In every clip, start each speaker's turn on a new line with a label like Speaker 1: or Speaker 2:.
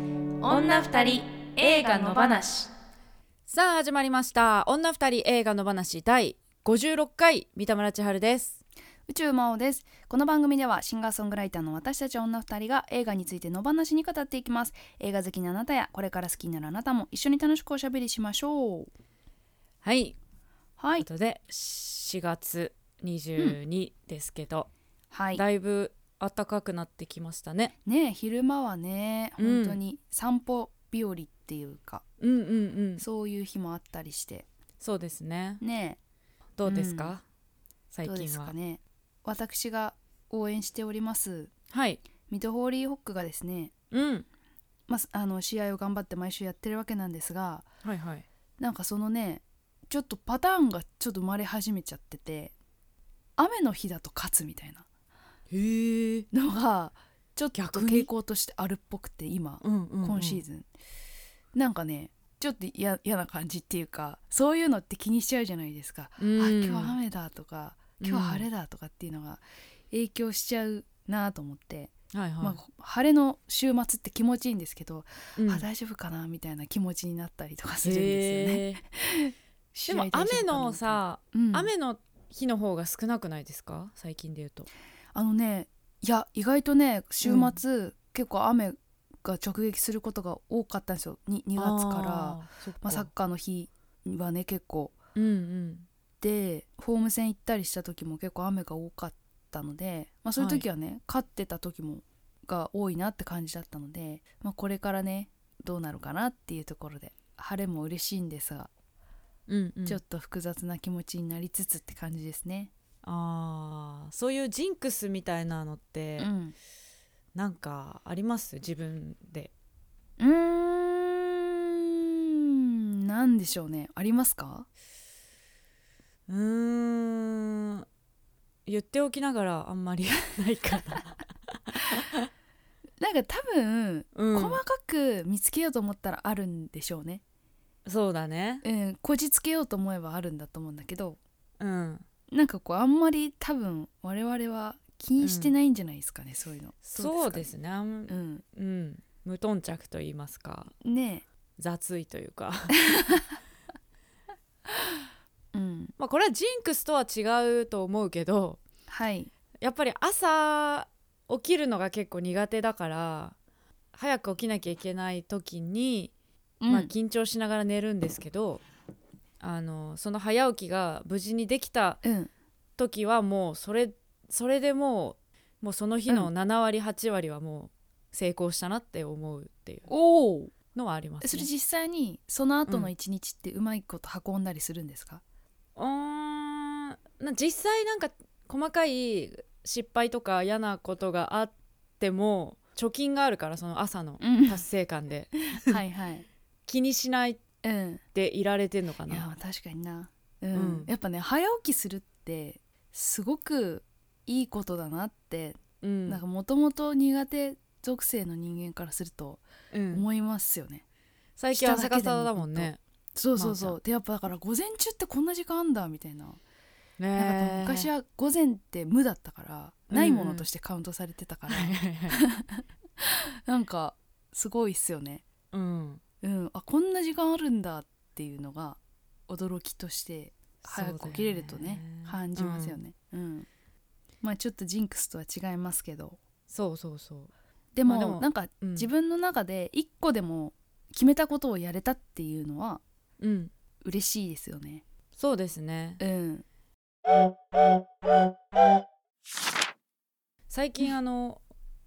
Speaker 1: 女二人映画の話
Speaker 2: さあ始まりました女二人映画の話第56回三田村千春です
Speaker 3: 宇宙魔王ですこの番組ではシンガーソングライターの私たち女二人が映画についての話に語っていきます映画好きなあなたやこれから好きになるあなたも一緒に楽しくおしゃべりしましょう
Speaker 2: はい
Speaker 3: は
Speaker 2: という
Speaker 3: い
Speaker 2: ことで4月22ですけど、
Speaker 3: はい
Speaker 2: だいぶ暖かくなってきましたね
Speaker 3: ねえ昼間はね
Speaker 2: うん
Speaker 3: 本当に散歩日和っていうか、
Speaker 2: うんうんうん
Speaker 3: そういう日もあったりして
Speaker 2: そうですね
Speaker 3: ね
Speaker 2: どうですか、
Speaker 3: うんえ
Speaker 2: 最
Speaker 3: どうで
Speaker 2: 近
Speaker 3: す
Speaker 2: は、
Speaker 3: かね私が応援しております
Speaker 2: はい
Speaker 3: ミト・ホーリー・ホックがですね、
Speaker 2: うん
Speaker 3: まあ、あの試合を頑張って毎週やってるわけなんですが
Speaker 2: はいはい
Speaker 3: なんかそのねちょっとパターンがちょっと生まれ始めちゃってて雨の日だと勝つみたいな
Speaker 2: へえ
Speaker 3: のがちょっと
Speaker 2: 逆に
Speaker 3: 傾向としてあるっぽくて今、
Speaker 2: うんうん、うん、
Speaker 3: 今シーズンなんかねちょっと嫌嫌な感じっていうかそういうのって気にしちゃうじゃないですか、
Speaker 2: うん
Speaker 3: あ今日雨だとか今日晴れだとかっていうのが影響しちゃうなと思って、
Speaker 2: はいはい、
Speaker 3: まあ、晴れの週末って気持ちいいんですけど、
Speaker 2: うん
Speaker 3: あ大丈夫かなみたいな気持ちになったりとかするんですよね。
Speaker 2: へーでも
Speaker 3: 試合大
Speaker 2: 雨の
Speaker 3: 丈夫かなみたいな
Speaker 2: さ、
Speaker 3: うん
Speaker 2: 雨の日の方が少なくないですか最近で言うと
Speaker 3: あのねいや意外とね週末、結構雨が直撃することが多かったんですよに2月から
Speaker 2: あーそっか
Speaker 3: まあ、サッカーの日はね結構
Speaker 2: うんうん
Speaker 3: でホーム戦行ったりした時も結構雨が多かったので、まあ、そういう時はね、勝ってた時もが多いなって感じだったので、まあ、これからねどうなるかなっていうところで晴れも嬉しいんですが、
Speaker 2: うんうん、
Speaker 3: ちょっと複雑な気持ちになりつつって感じですね。
Speaker 2: あーそういうジンクスみたいなのって
Speaker 3: うん
Speaker 2: なんかあります自分で
Speaker 3: うーん、なんでしょうね。ありますか？
Speaker 2: うーん言っておきながらあんまりないか な、
Speaker 3: なんか多分、
Speaker 2: うん、
Speaker 3: 細かく見つけようと思ったらあるんでしょうね。
Speaker 2: そうだね
Speaker 3: うん、こじつけようと思えばあるんだと思うんだけど、
Speaker 2: うん
Speaker 3: なんかこうあんまり多分我々は気にしてないんじゃないですかね、そういうの。
Speaker 2: そ
Speaker 3: ど
Speaker 2: うですねあん
Speaker 3: かね。
Speaker 2: うん無頓着と言いますか
Speaker 3: うん、ね
Speaker 2: 雑いというか
Speaker 3: え、うん、
Speaker 2: まあこれはジンクスとは違うと思うけど
Speaker 3: はい、
Speaker 2: やっぱり朝起きるのが結構苦手だから早く起きなきゃいけない時にまあ、
Speaker 3: うん
Speaker 2: 緊張しながら寝るんですけど、あのその早起きが無事にできた
Speaker 3: うん、
Speaker 2: 時はもうそれそれでもうもうその日の
Speaker 3: う
Speaker 2: 7割8割はもう成功したなって思うっていう
Speaker 3: おお、
Speaker 2: のはあります、ね、
Speaker 3: それ実際にその後
Speaker 2: う
Speaker 3: の
Speaker 2: ん
Speaker 3: 一日ってうまいこと運んだりするんですか？
Speaker 2: うーんな実際なんか細かい失敗とか嫌なことがあっても貯金があるからその朝の
Speaker 3: うん
Speaker 2: 達成感で
Speaker 3: はいはい、
Speaker 2: 気にしない
Speaker 3: うん。
Speaker 2: でいられてんのか
Speaker 3: いや
Speaker 2: な
Speaker 3: 確かにな、うん
Speaker 2: うん
Speaker 3: やっぱね早起きするってすごくいいことだなって、
Speaker 2: うん
Speaker 3: なんかもともと苦手属性の人間からすると
Speaker 2: うん、
Speaker 3: 思いますよね、
Speaker 2: 最近朝方だもんね
Speaker 3: そうそう
Speaker 2: まあ
Speaker 3: そ
Speaker 2: ま
Speaker 3: うでやっぱだから午前中ってこんな時間あんだみたいな,、な
Speaker 2: ね
Speaker 3: んか
Speaker 2: え
Speaker 3: 昔は午前って無だったから
Speaker 2: うん
Speaker 3: ないものとしてカウントされてたから、 なんかすごいっすよね
Speaker 2: うん、
Speaker 3: うんあこんな時間あるんだっていうのが驚きとして早く起きれるとね感じますよ
Speaker 2: うん
Speaker 3: ね、うんまあちょっとジンクスとは違いますけど
Speaker 2: そうそうそう、
Speaker 3: でも,、
Speaker 2: まあでも
Speaker 3: なんか
Speaker 2: うん
Speaker 3: 自、分の中で一個でも決めたことをやれたっていうのは
Speaker 2: うん、
Speaker 3: 嬉しいですよね
Speaker 2: そうですね
Speaker 3: うん
Speaker 2: 最近あの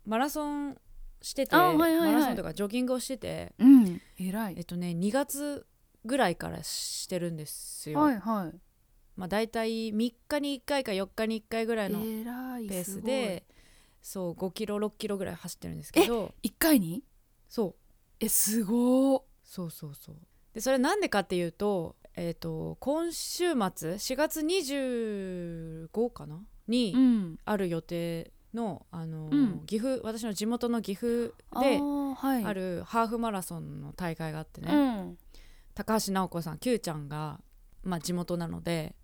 Speaker 2: マラソンしてて、
Speaker 3: あはいはいはい
Speaker 2: マラソンとかジョギングをしてて
Speaker 3: うん偉
Speaker 2: えっ
Speaker 3: い
Speaker 2: とね2月ぐらいからしてるんですよ、
Speaker 3: はいはい
Speaker 2: まあ大体3日に1回か4日に1回ぐらいの
Speaker 3: 偉い
Speaker 2: ペー
Speaker 3: す
Speaker 2: ス
Speaker 3: ごい
Speaker 2: でそう5キロ6キロぐらい走ってるんですけど
Speaker 3: 一回に
Speaker 2: そう
Speaker 3: えすごー
Speaker 2: そうそうそうでそれなんでかっていうと,、えっと今週末4月25かなに、
Speaker 3: うん
Speaker 2: ある予定の、あの
Speaker 3: うん
Speaker 2: 岐阜私の地元の岐阜
Speaker 3: あ
Speaker 2: で
Speaker 3: ーはい
Speaker 2: あるハーフマラソンの大会があってね、
Speaker 3: うん
Speaker 2: 高橋尚子さん Q ちゃんが、まあ、地元なので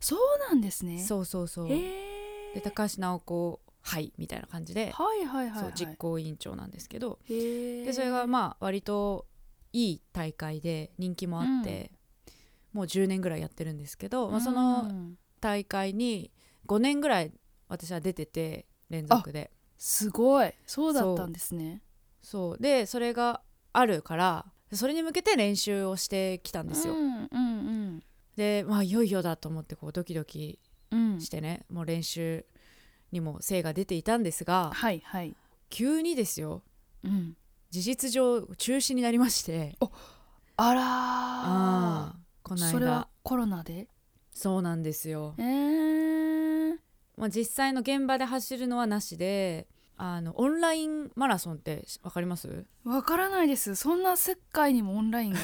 Speaker 3: そうなんですね
Speaker 2: そうそうそう
Speaker 3: へ
Speaker 2: で
Speaker 3: え
Speaker 2: 高橋尚子はいみたいな感じで、
Speaker 3: はいはいはい、
Speaker 2: そ
Speaker 3: は
Speaker 2: う
Speaker 3: い、
Speaker 2: 実行委員長なんですけど、
Speaker 3: へー
Speaker 2: でそれがまあ割といい大会で人気もあって、もう10年ぐらいやってるんですけど、まあ、そうの
Speaker 3: ん
Speaker 2: 大会に5年ぐらい私は出てて連続です
Speaker 3: ごいそうだったんですね
Speaker 2: そうでそれがあるからそれに向けて練習をしてきたんですよ、
Speaker 3: うんうんうん
Speaker 2: でまあいよいよだと思ってこうドキドキ
Speaker 3: うん
Speaker 2: してね、もう練習にも精が出ていたんですが
Speaker 3: はいはい
Speaker 2: 急にですよ
Speaker 3: うん
Speaker 2: 事実上中止になりまして
Speaker 3: あらー
Speaker 2: ああこの間
Speaker 3: それはコロナで
Speaker 2: そうなんですよ
Speaker 3: えー、
Speaker 2: まあ、実際の現場で走るのはなしであのオンラインマラソンって分かります
Speaker 3: わからないですそんな世界にもオンライン が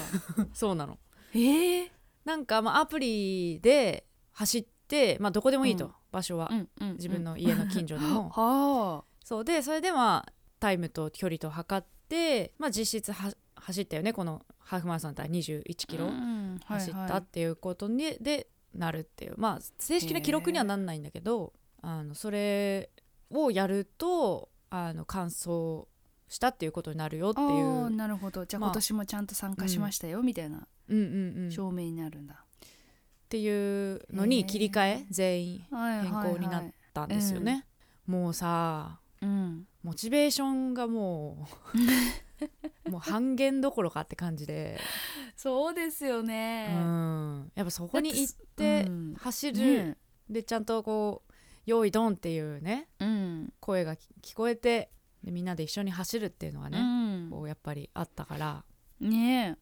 Speaker 2: そうなの
Speaker 3: えー、
Speaker 2: なんか、まあ、アプリで走って、まあ、どこでもいいと、
Speaker 3: うん
Speaker 2: 場所は、
Speaker 3: うんうんうん
Speaker 2: 自分の家の近所でも
Speaker 3: はあ
Speaker 2: そうでそれでまあタイムと距離と測って、まあ、実質は走ったよねこのハーフマラソンだったら2 1キロ
Speaker 3: うんはい
Speaker 2: 走った
Speaker 3: は
Speaker 2: っ
Speaker 3: い
Speaker 2: ていうことに、でなるっていうまあ正式な記録にはなんないんだけど、あのそれをやるとあの完走したっていうことになるよって
Speaker 3: あ
Speaker 2: いう、
Speaker 3: あなるほどじゃあ
Speaker 2: まあ
Speaker 3: 今年もちゃんと参加しましたよ、みたいな
Speaker 2: うんうんうん、っ
Speaker 3: 証明になるんだ、
Speaker 2: ていうのに切り替
Speaker 3: へ
Speaker 2: え全員
Speaker 3: はいはいはい
Speaker 2: 変更になったんですよね。もうさ
Speaker 3: うん
Speaker 2: モチベーションがも うもう半減どころかって感じで、
Speaker 3: そうですよね
Speaker 2: うん、やっぱそこに行っ
Speaker 3: で
Speaker 2: て
Speaker 3: うん
Speaker 2: 走る、
Speaker 3: ね
Speaker 2: でちゃんとこう「用意ドン」っていうね
Speaker 3: うん
Speaker 2: 声がき聞こえてでみんなで一緒に走るっていうのが
Speaker 3: う
Speaker 2: ね、
Speaker 3: ん
Speaker 2: こうやっぱりあったから
Speaker 3: ね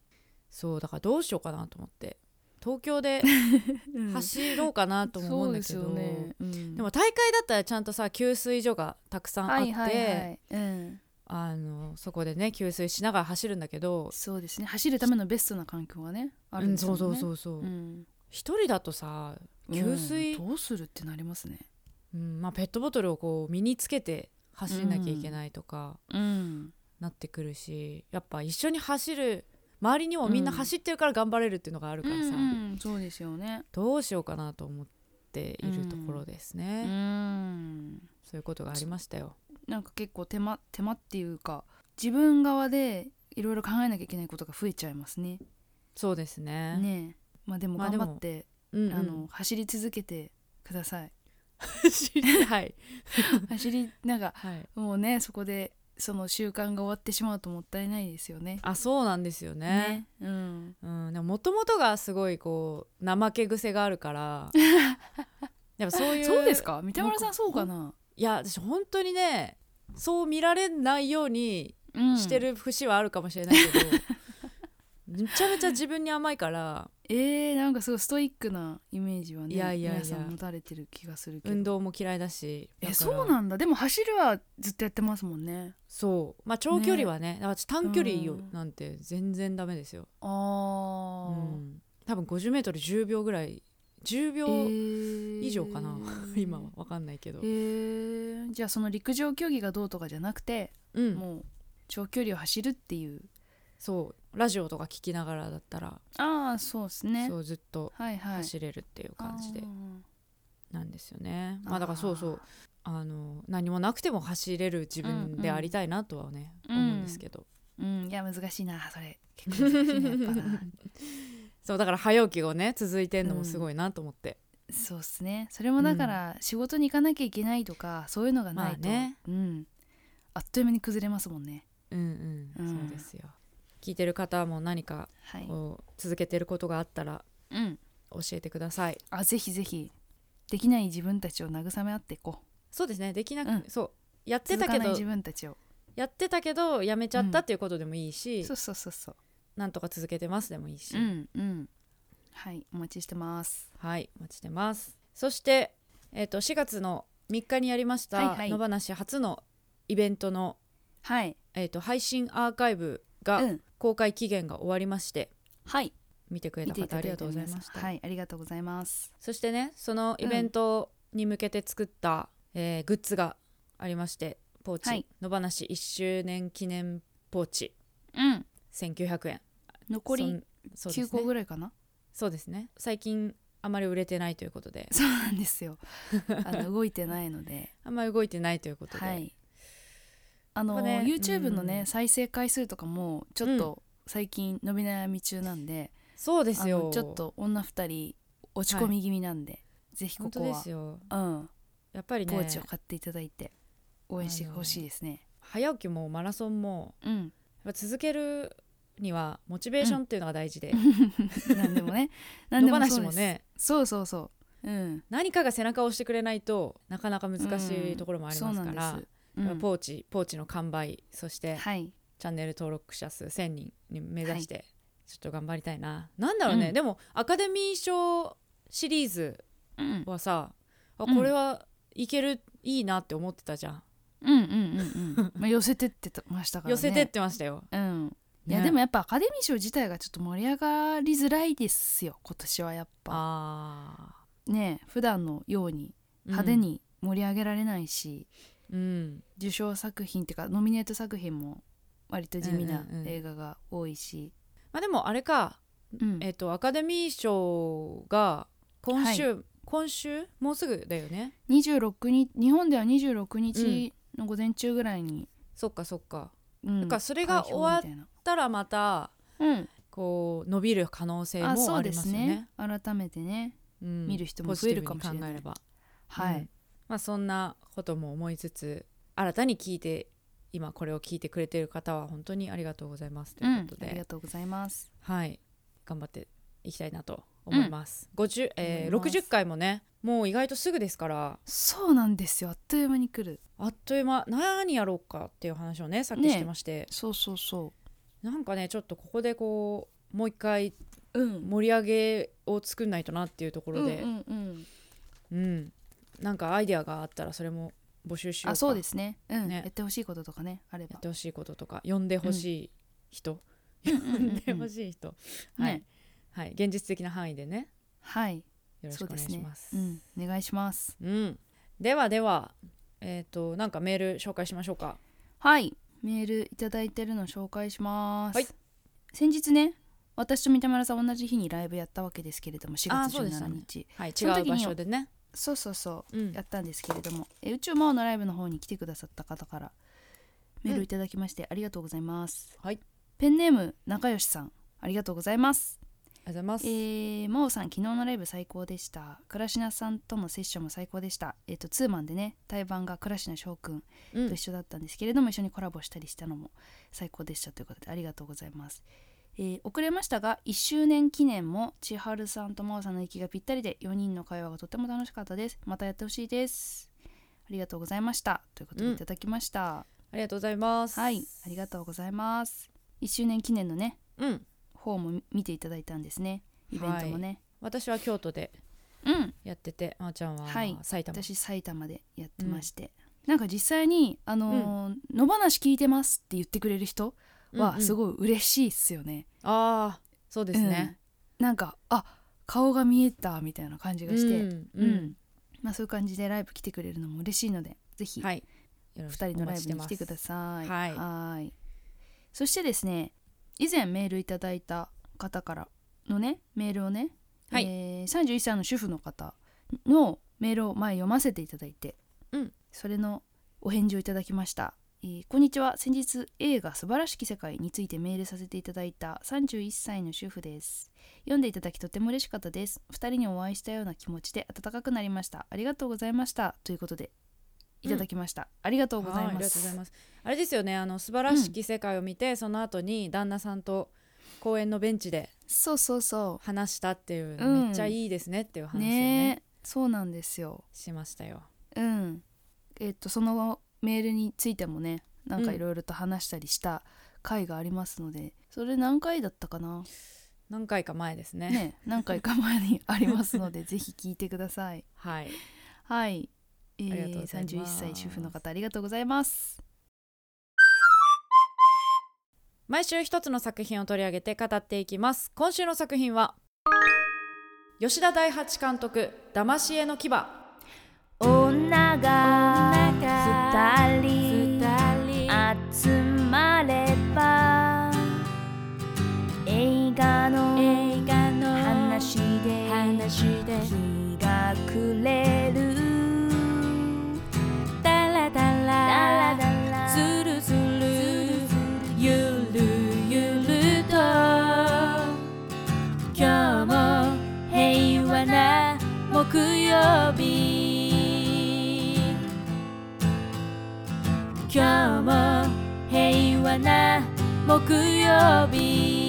Speaker 2: そうだからどうしようかなと思って東京で
Speaker 3: え
Speaker 2: 走ろうかなとも思うんだけど、
Speaker 3: そうですよね、うん
Speaker 2: でも大会だったらちゃんとさ給水所がたくさんあっ
Speaker 3: は
Speaker 2: て、
Speaker 3: いはいはい、うん、
Speaker 2: あのそこでね給水しながら走るんだけど、
Speaker 3: そうですね走るためのベストな環境がねあるん
Speaker 2: う
Speaker 3: で
Speaker 2: ん
Speaker 3: す
Speaker 2: そ
Speaker 3: も
Speaker 2: うん
Speaker 3: ね
Speaker 2: そうそうそ
Speaker 3: う
Speaker 2: う
Speaker 3: ん
Speaker 2: 一人だとさ給水、
Speaker 3: う
Speaker 2: うん
Speaker 3: んどうするってなりますね
Speaker 2: まあ、ペットボトルをこう身につけて走んなきゃいけないとか。
Speaker 3: うん
Speaker 2: なってくるしやっぱ一緒に走る周りにもみんな走ってるから頑張れるっていうのがあるからさ、
Speaker 3: うんそうですよね
Speaker 2: どうしようかなと思っているところです
Speaker 3: う
Speaker 2: ね、
Speaker 3: ん
Speaker 2: そういうことがありましたよ
Speaker 3: なんか結構手間手間っていうか自分側でいろいろ考えなきゃいけないことが増えちゃいますね
Speaker 2: そうですね
Speaker 3: ねえまあでも
Speaker 2: まあ
Speaker 3: 頑
Speaker 2: でも
Speaker 3: 張って、
Speaker 2: うんうん
Speaker 3: あの走り続けてください
Speaker 2: はい
Speaker 3: 走りなんか
Speaker 2: はい
Speaker 3: もうねそこでその習慣が終わってしまうともったいないですよね
Speaker 2: あそうなんですよね
Speaker 3: ねうん
Speaker 2: うんでもともとがすごいこう怠け癖があるから やっぱそういう
Speaker 3: そうですか三田村さ
Speaker 2: なんんか
Speaker 3: そうかない
Speaker 2: や私本当にねそう見られないように
Speaker 3: うん
Speaker 2: してる節はあるかもしれない けど、めちゃめちゃ自分に甘いから
Speaker 3: えー、なんかすごいストイックなイメージはね
Speaker 2: いやいやいや
Speaker 3: 皆さん持たれてる気がするけど、
Speaker 2: 運動も嫌いだしだ
Speaker 3: え
Speaker 2: から
Speaker 3: そうなんだでも走るはずっとやってますもんね
Speaker 2: そうまあ長距離はねだから私短距離
Speaker 3: う
Speaker 2: よ
Speaker 3: ん
Speaker 2: なんて全然ダメですよ、
Speaker 3: あ
Speaker 2: う
Speaker 3: ー、
Speaker 2: ん、多分 50m10 秒ぐらい10
Speaker 3: え
Speaker 2: 秒
Speaker 3: ー
Speaker 2: 以上 かな、 今は分かんないけど
Speaker 3: え、ー、じゃあその陸上競技がどうとかじゃなくて、
Speaker 2: うん、
Speaker 3: もう長距離を走るっていう
Speaker 2: そうラジオとか聞きながらだったら、
Speaker 3: ああそうですね
Speaker 2: そうずっと
Speaker 3: はいはい
Speaker 2: 走れるっていう感じで
Speaker 3: あー
Speaker 2: なんですよね、
Speaker 3: あー
Speaker 2: まあだからそうそうあの何もなくても走れる自分でありたいなとはね、
Speaker 3: うん
Speaker 2: 思うんですけど、
Speaker 3: うんいや難しいなそれ結構難しいなやっぱな
Speaker 2: そうだから早起きがね続いてんのもすごいなと思って、
Speaker 3: そうっすねそれもだから仕事に行かなきゃいけないとかそういうのがないと、
Speaker 2: まあね
Speaker 3: うん、あっという間に崩れますもんね
Speaker 2: うんうん、
Speaker 3: うん
Speaker 2: そうですよ聞いてる方も何か
Speaker 3: はい、
Speaker 2: こう続けてることがあったら
Speaker 3: うん、
Speaker 2: 教えてください
Speaker 3: あぜひぜひできない自分たちを慰め合っていこう
Speaker 2: そうですねできなく、
Speaker 3: うん
Speaker 2: そうやって
Speaker 3: 続
Speaker 2: た
Speaker 3: か
Speaker 2: け
Speaker 3: ない
Speaker 2: ど
Speaker 3: 自分たちを
Speaker 2: やってたけどやめちゃっ
Speaker 3: う
Speaker 2: た
Speaker 3: ん
Speaker 2: っていうことでもいいし、
Speaker 3: そうそうそうそう
Speaker 2: なんとか続けてますでもいいし、
Speaker 3: うんうんはいお待ちしてます
Speaker 2: はいお待ちしてますそして、えっと4月の3日にやりまし
Speaker 3: はい
Speaker 2: た
Speaker 3: はい
Speaker 2: 野放し初のイベントの、
Speaker 3: はい
Speaker 2: えっと配信アーカイブが
Speaker 3: うん
Speaker 2: 公開期限が終わりまして、
Speaker 3: はい
Speaker 2: 見てくれた方ありがとうございました、
Speaker 3: はいありがとうございます
Speaker 2: そしてねそのイベントに向けて作った、えーグッズがありましてポーチ、
Speaker 3: はい
Speaker 2: 野放し1周年記念ポーチ
Speaker 3: うん
Speaker 2: 1900円
Speaker 3: 残り
Speaker 2: そんそう
Speaker 3: 9
Speaker 2: ですね
Speaker 3: 個ぐらいかな
Speaker 2: そうですね最近あまり売れてないということで
Speaker 3: そうなんですよあの動いてないので
Speaker 2: あんまり動いてないということで、
Speaker 3: はいあの、
Speaker 2: まあね
Speaker 3: YouTube の
Speaker 2: う
Speaker 3: ね
Speaker 2: ん
Speaker 3: 再生回数とかもちょっと最近伸び悩み中なんで、
Speaker 2: そうです
Speaker 3: あ
Speaker 2: よ
Speaker 3: のちょっと女二人落ち込み気味なんで、ぜひこ
Speaker 2: 本当
Speaker 3: こ
Speaker 2: で
Speaker 3: は
Speaker 2: す、よ
Speaker 3: うん、
Speaker 2: やっぱり
Speaker 3: ポー
Speaker 2: ね
Speaker 3: チを買っていただいて応援してほしいですね。
Speaker 2: 早起きもマラソンも
Speaker 3: うん、
Speaker 2: やっぱ続けるにはモチベーションっていうのが大事で、
Speaker 3: なんで も ね、な
Speaker 2: 野
Speaker 3: んでも
Speaker 2: 話
Speaker 3: そうで
Speaker 2: も
Speaker 3: す。
Speaker 2: ね
Speaker 3: そうそうそう、うん、
Speaker 2: 何かが背中を押してくれないとなかなか難しいところもありますから、
Speaker 3: そうなんです。うん
Speaker 2: やっぱポーチポーチの完売そして
Speaker 3: はい、
Speaker 2: チャンネル登録者数1000人に目指してちょっと頑張りたいな、なんだろうね、
Speaker 3: うん
Speaker 2: でもアカデミー賞シリーズ
Speaker 3: うん、
Speaker 2: はさ、あ
Speaker 3: うん
Speaker 2: これはいけるいいなって思ってたじゃん、
Speaker 3: うんうんうんうん、まあ寄せてってましたからね。
Speaker 2: 寄せてっ、てましたよ、
Speaker 3: うん。いや、
Speaker 2: ね
Speaker 3: でもやっぱアカデミー賞自体がちょっと盛り上がりづらいですよ今年はやっぱ
Speaker 2: あ
Speaker 3: ね普段のように
Speaker 2: ー
Speaker 3: 派手、に盛り上げられないし、
Speaker 2: うんうん
Speaker 3: 受賞作品っていうかノミネート作品も割と地味な
Speaker 2: うんうんうん
Speaker 3: 映画が多いし、
Speaker 2: まあ、でもあれか、えっとアカデミー賞が今週、今週もうすぐだよね
Speaker 3: 26日日本では26日の午前中ぐらいに、
Speaker 2: そっかそっか、
Speaker 3: うん
Speaker 2: だからそれが終わっ
Speaker 3: 開票みたい
Speaker 2: たらまた
Speaker 3: なうん
Speaker 2: こう伸びる可能性もあ
Speaker 3: あそうで
Speaker 2: りますすよ
Speaker 3: ね
Speaker 2: ね。
Speaker 3: 改めてね
Speaker 2: うん
Speaker 3: 見る人も増えるかもしれない
Speaker 2: ポジティブに考えれば
Speaker 3: はい、
Speaker 2: うんまあ、そんなことも思いつつ新たに聞いて今これを聞いてくれてる方は本当にありがとうございますと
Speaker 3: うん
Speaker 2: いうこ
Speaker 3: あ
Speaker 2: と
Speaker 3: りが
Speaker 2: で、
Speaker 3: とうございます
Speaker 2: はい、頑張っていきたいなと思います。50
Speaker 3: 思
Speaker 2: えー
Speaker 3: います
Speaker 2: 60回もねもう意外とすぐですから
Speaker 3: そうなんですよあっという間に来る
Speaker 2: あっという間何やろうかっていう話をねさっきしてまして、
Speaker 3: そうそうそ
Speaker 2: なんかねちょっとここでこうもう一回
Speaker 3: ううん
Speaker 2: 盛り上げを作んないとなっていうところで、
Speaker 3: うんうんうん
Speaker 2: うん、なんかアイデアがあったらそれも募集しようか
Speaker 3: あそうですね,、うん、
Speaker 2: ね
Speaker 3: やってほしいこととかねあれ
Speaker 2: やっ
Speaker 3: ば
Speaker 2: てほしいこととか呼んでほしい人、呼んでほしい人、はい、
Speaker 3: ね
Speaker 2: はい、現実的な範囲でね
Speaker 3: はい
Speaker 2: よろし
Speaker 3: そ
Speaker 2: く
Speaker 3: う
Speaker 2: お願
Speaker 3: で
Speaker 2: い
Speaker 3: す
Speaker 2: し
Speaker 3: ね
Speaker 2: ます
Speaker 3: うんお願いします
Speaker 2: うんではではえっ、となんかメール紹介しましょうか
Speaker 3: はいメールいただいてるの紹介します、
Speaker 2: はい
Speaker 3: 先日ね私と三田村さん同じ日にライブやったわけですけれども
Speaker 2: あー
Speaker 3: 4月
Speaker 2: そうでした
Speaker 3: 17
Speaker 2: ね
Speaker 3: 日
Speaker 2: はい違
Speaker 3: その時
Speaker 2: う
Speaker 3: に
Speaker 2: 場所でね
Speaker 3: そう,、そうそう
Speaker 2: うん
Speaker 3: やったんですけれどもえ宇宙魔王のライブの方に来てくださった方からメールをいただきましてありがとうございます、
Speaker 2: はい
Speaker 3: ペンネーム仲良しさんありがとうございます
Speaker 2: ありがとうございます、
Speaker 3: えー、真央さん昨日のライブ最高でした倉科さんとのセッションも最高でしたえっ、とツーマンでね対バンが倉科翔くん
Speaker 2: うん
Speaker 3: と一緒だったんですけれども、一緒にコラボしたりしたのも最高でしたということでありがとうございます、えー遅れましたが1周年記念も千春さんと真央さんの息がぴったりで4人の会話がとても楽しかったですまたやってほしいですありがとうございましたということ
Speaker 2: う
Speaker 3: で
Speaker 2: ん
Speaker 3: いただきました、
Speaker 2: ありがとうございます
Speaker 3: はいありがとうございます1周年記念のね
Speaker 2: うん
Speaker 3: 方も見ていただいたんですねイベントもね、
Speaker 2: 私は京都で
Speaker 3: うん
Speaker 2: やっててまーちゃんは
Speaker 3: はい
Speaker 2: 埼玉、
Speaker 3: 私埼玉でやってまして、なんか実際に「あのー野放し聞いてます」って言ってくれる人
Speaker 2: うんう
Speaker 3: は
Speaker 2: ん
Speaker 3: すごい嬉しいっすよね。
Speaker 2: ああそうですね、
Speaker 3: うんなんかあ顔が見えたみたいな感じがして、
Speaker 2: う
Speaker 3: うんん
Speaker 2: うん
Speaker 3: まあ、そういう感じでライブ来てくれるのも嬉しいのでぜひ
Speaker 2: はいよろしく
Speaker 3: 2人のライブ
Speaker 2: お
Speaker 3: に来
Speaker 2: 待ち
Speaker 3: て
Speaker 2: して
Speaker 3: く
Speaker 2: ま
Speaker 3: だ
Speaker 2: す
Speaker 3: さい。
Speaker 2: はい
Speaker 3: ーいそしてですね以前メールいただいた方からのねメールをね、
Speaker 2: はい
Speaker 3: えー31歳の主婦の方のメールを前読ませていただいて、
Speaker 2: うん
Speaker 3: それのお返事をいただきました。えーこんにちは先日映画「素晴らしき世界」についてメールさせていただいた31歳の主婦です読んでいただきとても嬉しかったです2人にお会いしたような気持ちで温かくなりましたありがとうございましたということでいただきました、ありがとうござい
Speaker 2: はあ
Speaker 3: ま
Speaker 2: りがとうご
Speaker 3: す
Speaker 2: ざいます。あれですよね、あの素晴らしき世界を見て、その後に旦那さんと公園のベンチで
Speaker 3: そうそうそ
Speaker 2: 話したっていう、
Speaker 3: うん
Speaker 2: めっちゃいいですねっていう話
Speaker 3: う
Speaker 2: を
Speaker 3: ね
Speaker 2: ね
Speaker 3: そうなんですよ
Speaker 2: しましたよ。
Speaker 3: うんえっ、とそのメールについてもねなんかいろいろと話したりした回がありますので、それ何回だったかな
Speaker 2: 何回か前ですね。
Speaker 3: ね何回か前にありますの でぜひ聞いてください
Speaker 2: はい。
Speaker 3: はい、え
Speaker 2: ありがとうご
Speaker 3: ー、
Speaker 2: ざい
Speaker 3: 31
Speaker 2: ます
Speaker 3: 歳主婦の方ありがとうございます
Speaker 2: 毎週一つの作品を取り上げて語っていきます。今週の作品は吉田大八監督騙し絵の牙。
Speaker 4: 女が二人集まれば映画の話で
Speaker 1: 今日も平和な木曜日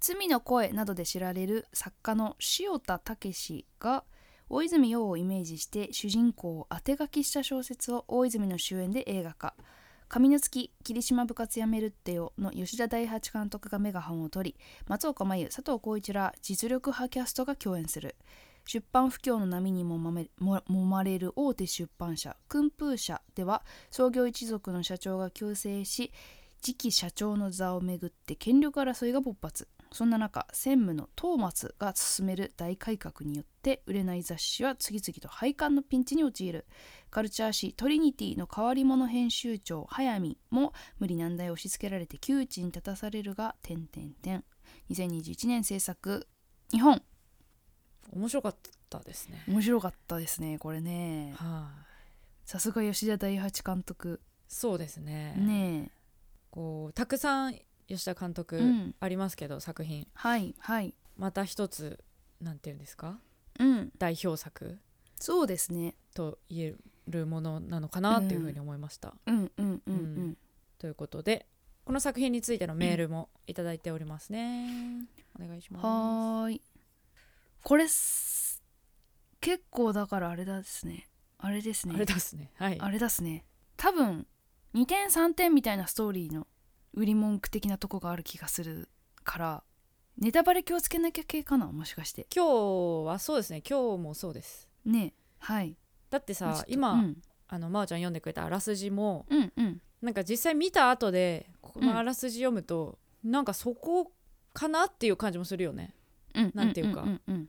Speaker 3: 罪の声などで知られる作家の塩田武が大泉洋をイメージして主人公を当て書きした小説を大泉の主演で映画化「上の月霧島部活やめるってよ」の吉田大八監督がメガホンを取り松岡真優佐藤浩一ら実力派キャストが共演する出版不況の波にもまめも揉まれる大手出版社訓風社では創業一族の社長が急成し次期社長の座をめぐって権力争いが勃発そんな中専務のトーマスが進める大改革によって売れない雑誌は次々と廃刊のピンチに陥るカルチャー誌「トリニティ」の変わり者編集長早見も無理難題を押し付けられて窮地に立たされるが点点点2021年制作日本
Speaker 2: 面白かったですね、
Speaker 3: 面白かったですねこれね
Speaker 2: はい、
Speaker 3: さすが吉田大八監督
Speaker 2: そうですね
Speaker 3: ね
Speaker 2: こうたくさん吉田監督
Speaker 3: うん
Speaker 2: ありますけど、作品
Speaker 3: えはいはい
Speaker 2: また一つなんていうんですか
Speaker 3: うん
Speaker 2: 代表作
Speaker 3: そうですね
Speaker 2: と言えるものなのかなっていうふうに思いました、
Speaker 3: うんうんうんう
Speaker 2: うんんということでこの作品についてのメールもいただいておりますね、お願いします
Speaker 3: はーいこれす結構だからあれだですねあれですね
Speaker 2: あれですねはい
Speaker 3: あれだっすね多分2点3点みたいなストーリーの売り文句的なとこがある気がするからネタバレ気をつけなきゃ系かなもしかして
Speaker 2: 今日はそうですね今日もそうです
Speaker 3: ねえはい
Speaker 2: だって
Speaker 3: ちょっ
Speaker 2: さ
Speaker 3: と
Speaker 2: 今、
Speaker 3: うん、
Speaker 2: あのまーちゃん読んでくれたあらすじも
Speaker 3: うんうん
Speaker 2: なんか実際見た後でこ
Speaker 3: うん
Speaker 2: のあらすじ読むと、なんかそこかなっていう感じもするよね
Speaker 3: うん
Speaker 2: なんていうか
Speaker 3: んんうん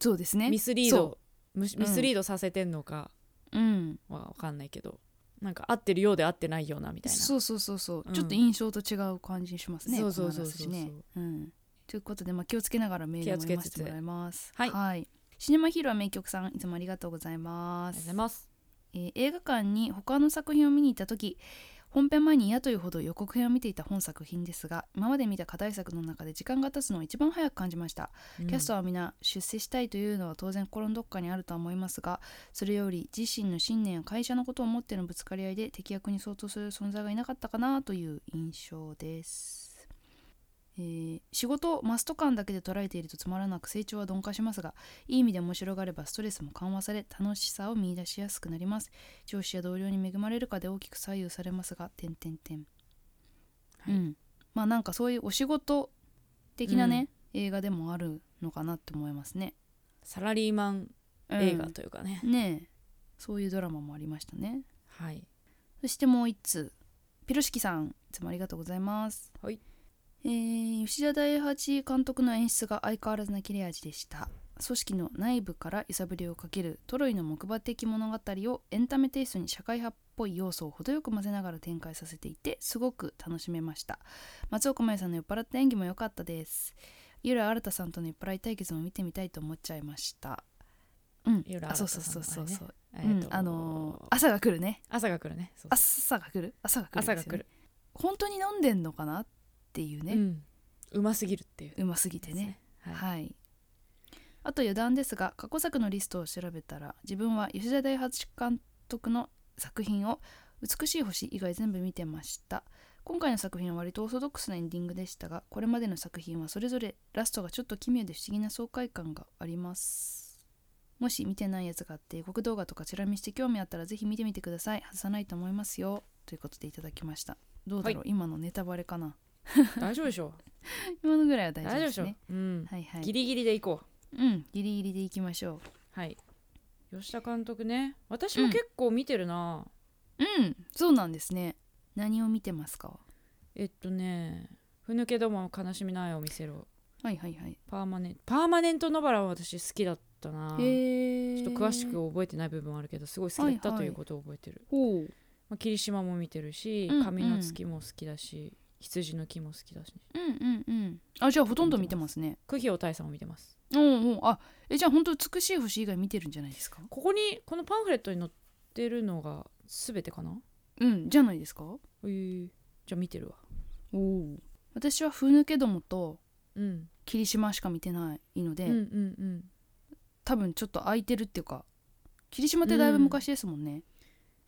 Speaker 3: そうですね
Speaker 2: ミスリー
Speaker 3: そ
Speaker 2: ドむしミスリードさせてんのか
Speaker 3: ううん
Speaker 2: は分かんないけどなんか合ってるようで合ってないようなみたいな
Speaker 3: そうそうそうそう、
Speaker 2: うん
Speaker 3: ちょっと印象と違う感じしますね
Speaker 2: そうそうそ
Speaker 3: こ
Speaker 2: う
Speaker 3: の話
Speaker 2: そう
Speaker 3: ね、うん、ということで、まあ、気をつけながらメールも
Speaker 2: 気をつけ
Speaker 3: 読ま
Speaker 2: つつ
Speaker 3: せてもらいます
Speaker 2: はい
Speaker 3: シネマヒーロー名曲さんいつもありがとうござい
Speaker 2: あ
Speaker 3: ま
Speaker 2: りがとうご
Speaker 3: す
Speaker 2: ざいます
Speaker 3: えー映画館に他の作品を見に行った時本編前に嫌というほど予告編を見ていた本作品ですが今まで見た課題作の中で時間が経つのを一番早く感じましたキャストは皆出世したいというのは当然心のどこかにあるとは思いますがそれより自身の信念や会社のことを思ってのぶつかり合いで敵役に相当する存在がいなかったかなという印象です。えー仕事をマスト感だけで捉えているとつまらなく成長は鈍化しますがいい意味で面白がればストレスも緩和され楽しさを見出しやすくなります上司や同僚に恵まれるかで大きく左右されますが点点点
Speaker 2: はい
Speaker 3: うんまあなんかそういうお仕事的なね、映画でもあるのかなって思いますね、
Speaker 2: サラリーマン
Speaker 3: うん
Speaker 2: 映画というかね、
Speaker 3: ねえそういうドラマもありましたね
Speaker 2: はい
Speaker 3: そしてもう一通ピロシキさんいつもありがとうございます
Speaker 2: はい
Speaker 3: えー吉田大八監督の演出が相変わらずな切れ味でした組織の内部から揺さぶりをかけるトロイの木馬的物語をエンタメテイストに社会派っぽい要素を程よく混ぜながら展開させていてすごく楽しめました松岡茉優さんの酔っ払った演技も良かったです井浦新さんとの酔っ払い対決も見てみたいと思っちゃいましたうん
Speaker 2: 井浦
Speaker 3: あそう
Speaker 2: 新
Speaker 3: そう
Speaker 2: さ
Speaker 3: そう
Speaker 2: んの
Speaker 3: そうそう
Speaker 2: あれ
Speaker 3: う
Speaker 2: ね
Speaker 3: ん
Speaker 2: えっと
Speaker 3: あのー朝が来るね
Speaker 2: 朝が来るねそう
Speaker 3: 朝が来る朝が来るです
Speaker 2: 朝
Speaker 3: よね、
Speaker 2: が来る
Speaker 3: 本当に飲んでんのかなっていう
Speaker 2: う
Speaker 3: ね、
Speaker 2: んうますぎるっていう
Speaker 3: うますぎてね
Speaker 2: はい、
Speaker 3: はいあと余談ですが過去作のリストを調べたら自分は吉田大八監督の作品を「美しい星」以外全部見てました今回の作品は割とオーソドックスなエンディングでしたがこれまでの作品はそれぞれラストがちょっと奇妙で不思議な爽快感がありますもし見てないやつがあって国動画とかチラ見して興味あったらぜひ見てみてください外さないと思いますよということでいただきましたどうだろう、
Speaker 2: は
Speaker 3: 今のネタバレかな
Speaker 2: 大丈夫でしょ う
Speaker 3: 今のぐらいは大丈夫
Speaker 2: 大丈夫
Speaker 3: で
Speaker 2: でし
Speaker 3: す
Speaker 2: ょう
Speaker 3: ね、
Speaker 2: うん
Speaker 3: はいはい
Speaker 2: ギリギリでいこう
Speaker 3: うん、ギリギリでいきましょ
Speaker 2: はい吉田監督ね私も結構見てるな、
Speaker 3: う。うん、そうなんですね。何を見てますか。
Speaker 2: えっとね「ふぬけども悲しみないお店ろ
Speaker 3: はいはいはい。」
Speaker 2: パーマネンパーマネントノバラは私好きだったなち
Speaker 3: へえ。
Speaker 2: ょっと詳しく。覚えてない部分はあるけどすごい好きだったということを覚えてる、
Speaker 3: ほう。
Speaker 2: まあ、霧島も見てるし
Speaker 3: うん
Speaker 2: 髪の月も好きだし、羊の木も好きだし
Speaker 3: うんうんうん。あ、じゃあほとんど見てますね。
Speaker 2: 久肥大さんも見てます
Speaker 3: うんうん。あ、えじゃあ本当美しい星以外見てるんじゃないですか。
Speaker 2: ここにこのパンフレットに載ってるのが全てかな
Speaker 3: うん、じゃないですか。
Speaker 2: えー、じゃあ見てるわ
Speaker 3: おお。私はふぬけどもと
Speaker 2: うん
Speaker 3: 霧島しか見てないので、
Speaker 2: うんうんうん
Speaker 3: 多分ちょっと空いてるっていうか霧島ってだいぶ昔ですもんね、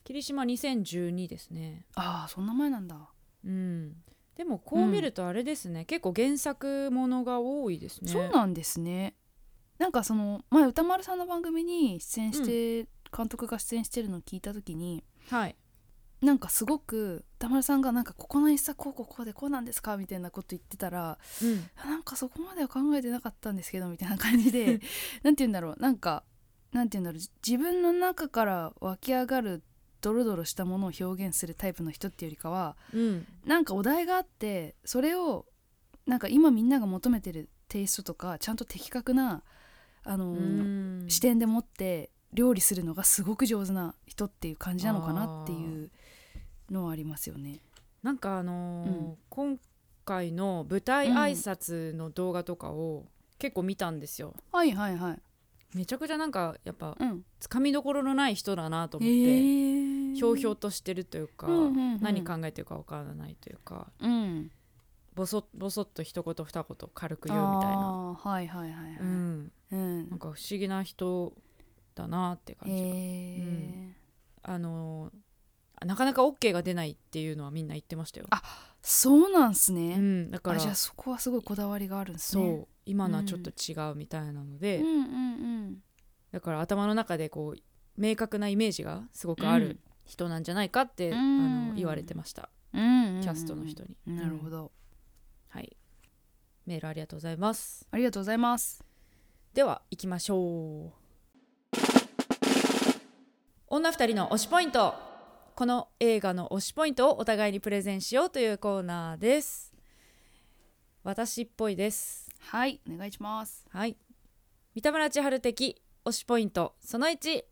Speaker 2: 霧島2012ですね
Speaker 3: ああそんな前なんだ、
Speaker 2: うんでもこう見るとあれですね、結構原作ものが多いですね
Speaker 3: そうなんですねなんかその前歌丸さんの番組に出演して、監督が出演してるのを聞いた時に
Speaker 2: はい
Speaker 3: なんかすごく歌丸さんがなんかここの一作こうこうこうでこうなんですかみたいなこと言ってたら
Speaker 2: うん
Speaker 3: なんかそこまでは考えてなかったんですけどみたいな感じでなんて言うんだろうなんかなんて言うんだろうじ自分の中から湧き上がるドロドロしたものを表現するタイプの人っていうよりかは
Speaker 2: うん
Speaker 3: なんかお題があってそれをなんか今みんなが求めてるテイストとかちゃんと的確なあのー
Speaker 2: うん
Speaker 3: 視点でもって料理するのがすごく上手な人っていう感じなのかなっていうのはありますよね。
Speaker 2: なんかあのー
Speaker 3: うん
Speaker 2: 今回の舞台挨拶の動画とかを結構見たんですよ、
Speaker 3: はいはいはい。
Speaker 2: めちゃくちゃなんかやっぱ
Speaker 3: うん。
Speaker 2: つかみどころのない人だなと思って、
Speaker 3: ー
Speaker 2: ひょうひょうとしてるというか、
Speaker 3: うんうんうん
Speaker 2: 何考えてるかわからないというか
Speaker 3: うん。
Speaker 2: ボソッボソッと一言二言軽く
Speaker 3: あ
Speaker 2: 言うみたいな、
Speaker 3: あーはいはいはいはい。
Speaker 2: うん、
Speaker 3: うん
Speaker 2: なんか不思議な人だなって感
Speaker 3: へ
Speaker 2: じが、
Speaker 3: え、
Speaker 2: うんあのーなかなか OK が出ないっていうのはみんな言ってましたよ。
Speaker 3: あそうなんす
Speaker 2: う
Speaker 3: ね。
Speaker 2: ん、だか
Speaker 3: あ
Speaker 2: ら
Speaker 3: じゃあそこはすごいこだわりがあるんです
Speaker 2: そう、
Speaker 3: ね。
Speaker 2: 今のはちょっと違うみたいなので、
Speaker 3: うんうん
Speaker 2: だから頭の中でこう明確なイメージがすごくあ
Speaker 3: うん
Speaker 2: る人なんじゃないかって、
Speaker 3: うん
Speaker 2: あの言われてました、
Speaker 3: うん。うん、うん。
Speaker 2: キャストの人に。
Speaker 3: なるほど、
Speaker 2: はい、メールありがとうございます。
Speaker 3: ありがとうございます。
Speaker 2: では行きましょう女二人の推しポイントこの映画の推しポイントをお互いにプレゼンしようというコーナーです私っぽいです
Speaker 3: はいお願いします。
Speaker 2: はい三田村千春的推しポイントその1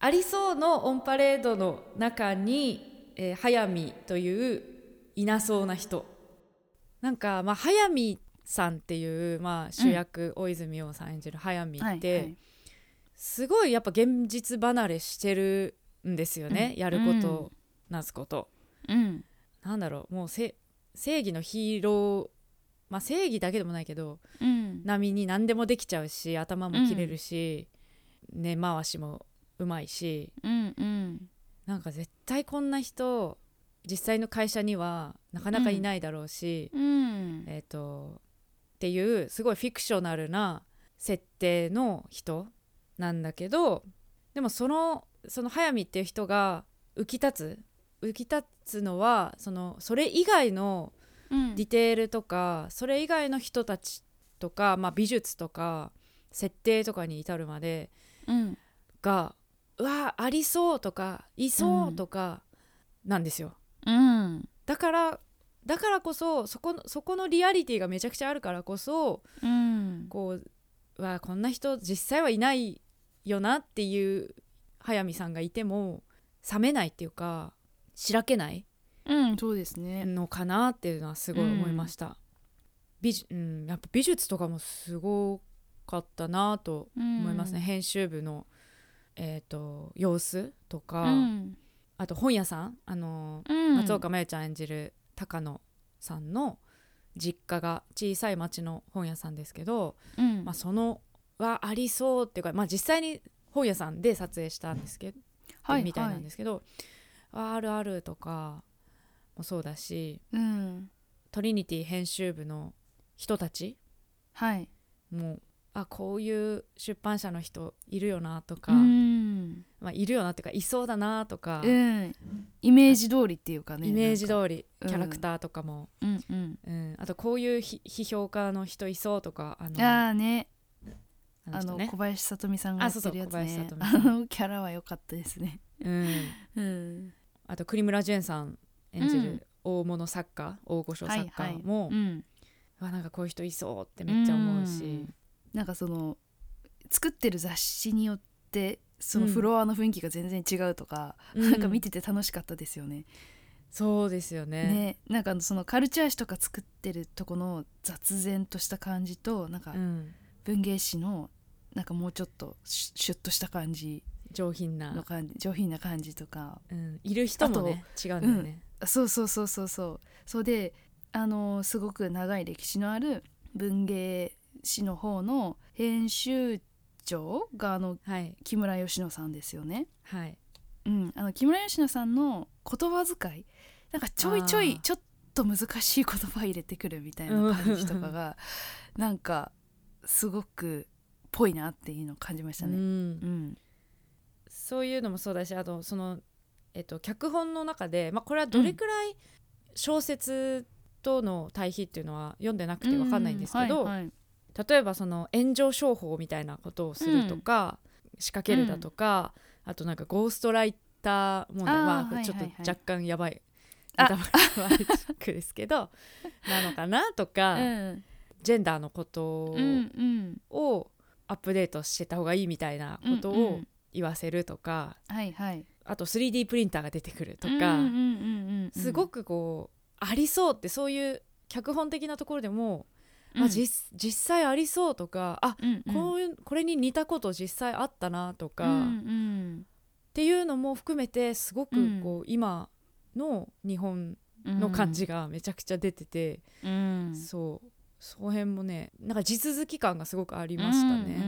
Speaker 2: ありそうのオンパレードの中に、えー、早見といういなそうな人なんか、まあ、早見さんっていう、まあ、主役、大泉洋さん演じる早見って、
Speaker 3: はいはい
Speaker 2: すごいやっぱ現実離れしてるんですよね、
Speaker 3: うん
Speaker 2: やること
Speaker 3: う
Speaker 2: を、なすこと
Speaker 3: うん
Speaker 2: なんだろうもうせ正義のヒーローまあ正義だけでもないけど
Speaker 3: うん
Speaker 2: 並みに何でもできちゃうし頭も切れるし、根回しもうまいし
Speaker 3: うんうん
Speaker 2: なんか絶対こんな人実際の会社にはなかなかいないだろうし、
Speaker 3: うん
Speaker 2: えっ、とっていうすごいフィクショナルな設定の人なんだけどでもそのその速水っていう人が浮き立つ浮き立つのはそのそれ以外の
Speaker 3: うん
Speaker 2: ディテールとかそれ以外の人たちとか、まあ、美術とか設定とかに至るまで
Speaker 3: うん
Speaker 2: がうわありそうとかいそうとかなんですよ。
Speaker 3: うん
Speaker 2: だからだからこそそこのそこのリアリティがめちゃくちゃあるからこそ
Speaker 3: うん
Speaker 2: こううわこんな人実際はいないよなっていう速水さんがいても冷めないっていうかしらけない
Speaker 3: うんそうですね。
Speaker 2: のかなっていうのはすごい思いました、美術うん、やっぱ美術とかもすごかったなと思
Speaker 3: 思
Speaker 2: いますね、。編集部の、えー、と様子と
Speaker 3: う
Speaker 2: か、
Speaker 3: ん
Speaker 2: あと本屋さんあの、
Speaker 3: うん
Speaker 2: 松岡真優ちゃん演じる高野さんの実家が小さい町の本屋さんですけど、
Speaker 3: うん。
Speaker 2: まあ、そのはありそうっていうか、まあ、実際に本屋さんで撮影したんですけどみたいなんですすけど、ああるあるとかもそうだし
Speaker 3: うん
Speaker 2: トリニティ編集部の人たち
Speaker 3: はい。
Speaker 2: もあこういう出版社の人いるよなとか、
Speaker 3: うん
Speaker 2: まあ、いるよなっていうかいそうだなとか、
Speaker 3: うんイメージ通りっていうかね。
Speaker 2: イメージ
Speaker 3: り。
Speaker 2: 通り
Speaker 3: うん
Speaker 2: キャラクターとかも、
Speaker 3: うんうん。
Speaker 2: うんあとこういうひ批評家の人いそうとかあの
Speaker 3: ああね、
Speaker 2: あの
Speaker 3: あ
Speaker 2: 人
Speaker 3: の
Speaker 2: ね
Speaker 3: 小林さとみさんがやってるやつ
Speaker 2: あそう
Speaker 3: ね
Speaker 2: そう。
Speaker 3: あ
Speaker 2: 小林聡美さん
Speaker 3: のキャラは良かったですね。
Speaker 2: うん、
Speaker 3: うん。
Speaker 2: あと栗村ジェーンさん演じ
Speaker 3: うん
Speaker 2: る大物作家、大御所作家も、
Speaker 3: うん。
Speaker 2: あなんかこういう人いそうってめっちゃ思うし、
Speaker 3: うんなんかその作ってる雑誌によってそのフロアの雰囲気が全然違うとか、
Speaker 2: うん
Speaker 3: なんか見てて楽しかったですよね。
Speaker 2: そうですよね
Speaker 3: ね、なんかあのそのカルチャー誌とか作ってるとこの雑然とした感じとなんか
Speaker 2: うん、
Speaker 3: 文芸誌のなんかもうちょっとシュシュッとした感じ
Speaker 2: 上品な
Speaker 3: の感じ上品な感じとか
Speaker 2: うん、いる人もね違うんだよね、
Speaker 3: そうそうそうそうそうそうであのすごく長い歴史のある文芸誌の方の編集長があの
Speaker 2: はい
Speaker 3: 木村佳乃さんですよね、
Speaker 2: はい
Speaker 3: うん、あの木村佳乃さんの言葉遣いなんかちょいちょ
Speaker 2: あー
Speaker 3: いちょっと難しい言葉入れてくるみたいな感じとかがなんかすごくぽいなっていうのを感じました
Speaker 2: う
Speaker 3: ね。
Speaker 2: ん
Speaker 3: うん
Speaker 2: そういうのもそうだしあとその、えっと、脚本の中で、まあ、これはどれくらい小説との対比っていうのは読んでなくて分かんないんですけど、
Speaker 3: うはいはい
Speaker 2: 例えばその炎上商法みたいなことをするとか、仕掛けるだとか、あとなんかゴーストライター問題
Speaker 3: あー
Speaker 2: まあこ
Speaker 3: は
Speaker 2: れ
Speaker 3: い
Speaker 2: ちょっと
Speaker 3: はいはい
Speaker 2: 若干やばい。
Speaker 3: あ
Speaker 2: ネタバレはあれチックです けどなのかなとか、
Speaker 3: うん
Speaker 2: ジェンダーのこと
Speaker 3: うんうん
Speaker 2: をアップデートしてた方がいいみたいなこと
Speaker 3: うんう
Speaker 2: を
Speaker 3: ん
Speaker 2: 言わせるとか、
Speaker 3: はいはい
Speaker 2: あと 3D プリンターが出てくるとか、
Speaker 3: うんうんうんうんうん
Speaker 2: すごくこうありそうってそういう脚本的なところでも、
Speaker 3: う
Speaker 2: あ
Speaker 3: ん
Speaker 2: 実実際ありそうとかあ、
Speaker 3: うんうん
Speaker 2: こういうこれに似たこと実際あったなとか、
Speaker 3: うん
Speaker 2: っ
Speaker 3: うん
Speaker 2: ていうのも含めてすごくこう、今の日本
Speaker 3: うん
Speaker 2: の感じがめちゃくちゃ出てて、
Speaker 3: うん
Speaker 2: そうその辺もねなんか地続き感がすごくありました
Speaker 3: うんう
Speaker 2: ね。
Speaker 3: んうんう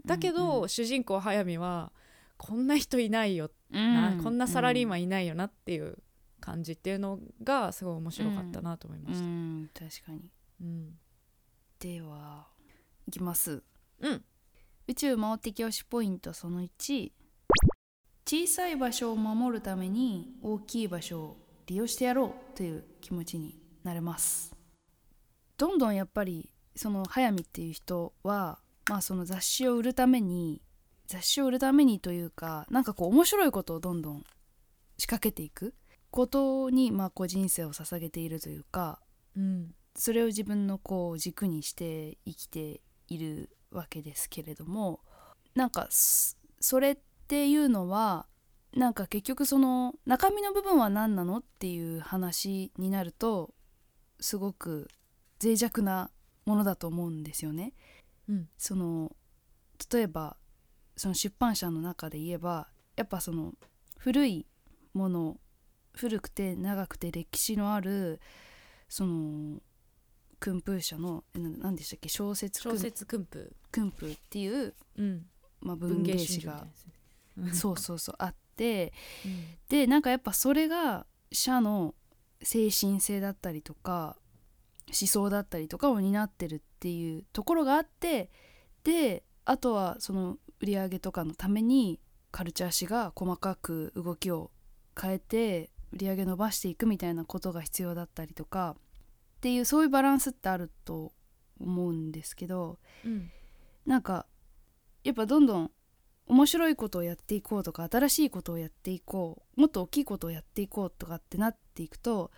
Speaker 3: ん
Speaker 2: だけど、主人公速水はこんな人いないよな
Speaker 3: う
Speaker 2: こんなサラリーマ
Speaker 3: ン
Speaker 2: ンいないよなっていう感じっていうのがすごい面白かったなと思いま
Speaker 3: う
Speaker 2: した。
Speaker 3: ん確かに
Speaker 2: うん、
Speaker 3: ではいきます
Speaker 2: うん
Speaker 3: 宇宙回ってき推しポイントその1小さい場所を守るために大きい場所を利用してやろうという気持ちになれますどんどんやっぱりその速水っていう人はまあその雑誌を売るために雑誌を売るためにというかなんかこう面白いことをどんどん仕掛けていくことにまあこう人生を捧げているというか
Speaker 2: うん
Speaker 3: それを自分のこう軸にして生きているわけですけれどもなんかすそれっていうのはなんか結局その中身の部分は何なのっていう話になるとすごく脆弱なものだと思うんですよね。
Speaker 2: うん
Speaker 3: その例えばその出版社の中で言えばやっぱその古いもの古くて長くて歴史のあるその訓風社のえな何でしたっけ小説
Speaker 2: 小
Speaker 3: 訓
Speaker 2: 説訓布、
Speaker 3: 訓風っていう、
Speaker 2: うん、
Speaker 3: まあ、文
Speaker 2: 文芸
Speaker 3: 芸
Speaker 2: 誌
Speaker 3: 誌
Speaker 2: が
Speaker 3: が、そうそうそうあって
Speaker 2: うん
Speaker 3: でなんかやっぱそれが社の精神性だったりとか思想だったりとかを担ってるっていうところがあってであとはその売り上げとかのためにカルチャー誌が細かく動きを変えて売り上げ伸ばしていくみたいなことが必要だったりとかっていうそういうバランスってあると思うんですけど
Speaker 2: うん
Speaker 3: なんかやっぱどんどん面白いことをやっていこうとか新しいことをやっていこうもっと大きいことをやっていこうとかってなっていくと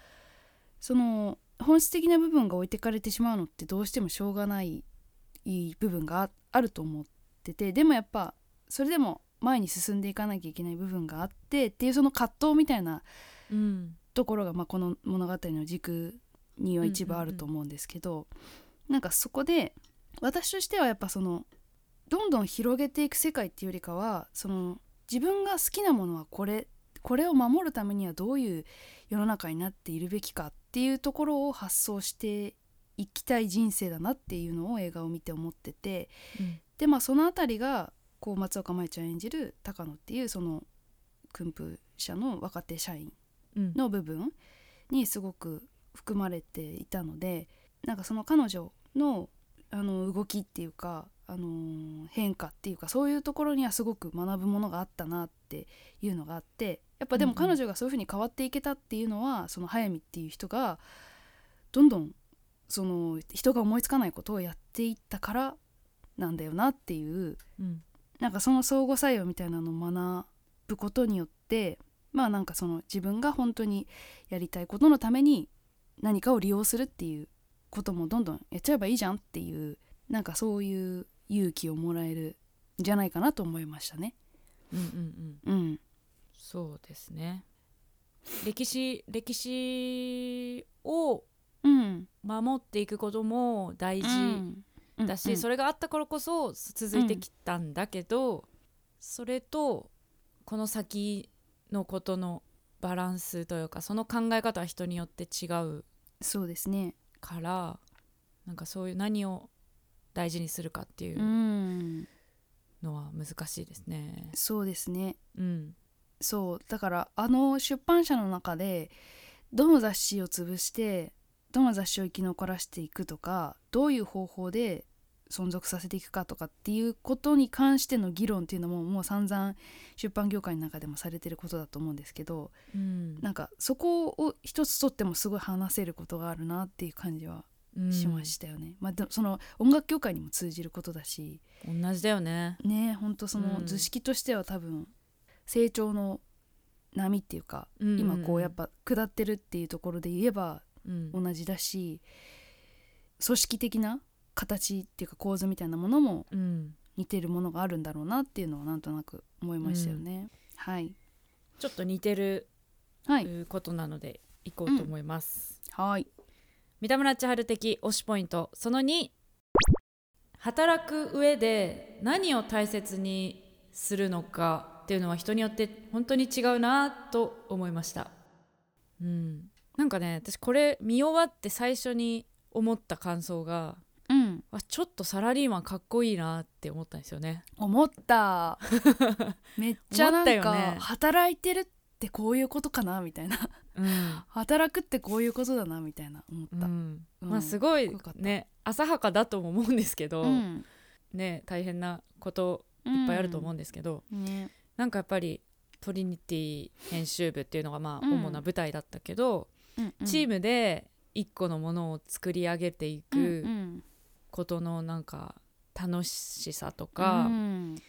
Speaker 3: その本質的な部分が置いてかれてしまうのってどうしてもしょうがないいい部分がああると思っててでもやっぱそれでも前に進んでいかなきゃいけない部分があってっていうその葛藤みたいな
Speaker 2: うん
Speaker 3: ところが、まあ、この物語の軸には一部あると思うんですけど、なんかそこで私としてはやっぱそのどんどん広げていく世界っていうよりかはその自分が好きなものはこれこれを守るためにはどういう世の中になっているべきかっていうところを発想していきたい人生だなっていうのを映画を見て思ってて、
Speaker 2: うん
Speaker 3: でまあそのあたりがこう松岡舞ちゃん演じる高野っていうその訓風社の若手社員
Speaker 2: うん
Speaker 3: の部分にすごく含まれていたのでなんかその彼女のあの動きっていうか、あのー変化っていうかそういうところにはすごく学ぶものがあったなっていうのがあってやっぱでも
Speaker 2: うんうん
Speaker 3: 彼女がそういうふうに変わっていけたっていうのはその速水っていう人がどんどんその人が思いつかないことをやっていったからなんだよなっていう
Speaker 2: うん
Speaker 3: なんかその相互作用みたいなのを学ぶことによってまあなんかその自分が本当にやりたいことのために何かを利用するっていうこともどんどんやっちゃえばいいじゃんっていうなんかそういう勇気をもらえるんじゃないかなと思いましたね。
Speaker 2: うんうんうん
Speaker 3: うん、
Speaker 2: そうですね歴史歴史を
Speaker 3: うん、
Speaker 2: 守っていくことも大事、
Speaker 3: うん
Speaker 2: だし、
Speaker 3: うん
Speaker 2: それがあったからこそ続いてきたんだけど、それとこの先のことのバランスというかその考え方は人によって違う
Speaker 3: そうですね。、
Speaker 2: からなんかそういう何を大事にするかっていううんのは難しいですね。
Speaker 3: そうですね
Speaker 2: うん、
Speaker 3: そうだからあの出版社の中でどの雑誌を潰してどの雑誌を生き残らせていくとかどういう方法で存続させていくかとかっていうことに関しての議論っていうのももう散々出版業界の中でもされてることだと思うんですけど
Speaker 2: うん
Speaker 3: なんかそこを一つとってもすごい話せることがあるなっていう感じは
Speaker 2: うん
Speaker 3: しましたよね。まあ、でもその音楽業界にも通じることだし、
Speaker 2: 同じだよね。
Speaker 3: ね本当その
Speaker 2: うん
Speaker 3: 図式としては多分成長の波っていうか、
Speaker 2: うん
Speaker 3: 今こうやっ、ぱ下ってるっていうところで言えば
Speaker 2: うん
Speaker 3: 同じだし組織的な形っていうか構図みたいなものも
Speaker 2: うん、
Speaker 3: 似てるものがあるんだろうなっていうのはなんとなく思いましたよね。はい、
Speaker 2: ちょっと似てる
Speaker 3: は
Speaker 2: う
Speaker 3: い、
Speaker 2: ーことなのでいこうと思います。
Speaker 3: はい
Speaker 2: 三田村千春的推しポイントその2働く上で何を大切にするのかっていうのは人によって本当に違うなと思いました。うん、なんかね私これ見終わって最初に思った感想が
Speaker 3: うん、
Speaker 2: あちょっとサラリーマンかっこいいなって思ったんですよね。
Speaker 3: 思っためっちゃなん
Speaker 2: 思ったよ
Speaker 3: か
Speaker 2: ね
Speaker 3: 働いてるってこういうことかなみたいな
Speaker 2: うん
Speaker 3: 働くってこういうことだなみたいな思っ
Speaker 2: う
Speaker 3: た。
Speaker 2: ん
Speaker 3: うん
Speaker 2: まあすご
Speaker 3: かっ
Speaker 2: い
Speaker 3: こよかった
Speaker 2: ね浅はかだとも思うんですけど、
Speaker 3: うん
Speaker 2: ね大変なこと
Speaker 3: い
Speaker 2: いっぱいあると思うんですけど、
Speaker 3: ね、
Speaker 2: なんかやっぱりトリニティ編集部っていうのがまあ
Speaker 3: うん
Speaker 2: 主な舞台だったけど、チー
Speaker 3: ム
Speaker 2: ムで一個のものを作り上げていくことのなんか楽しさとか、うん、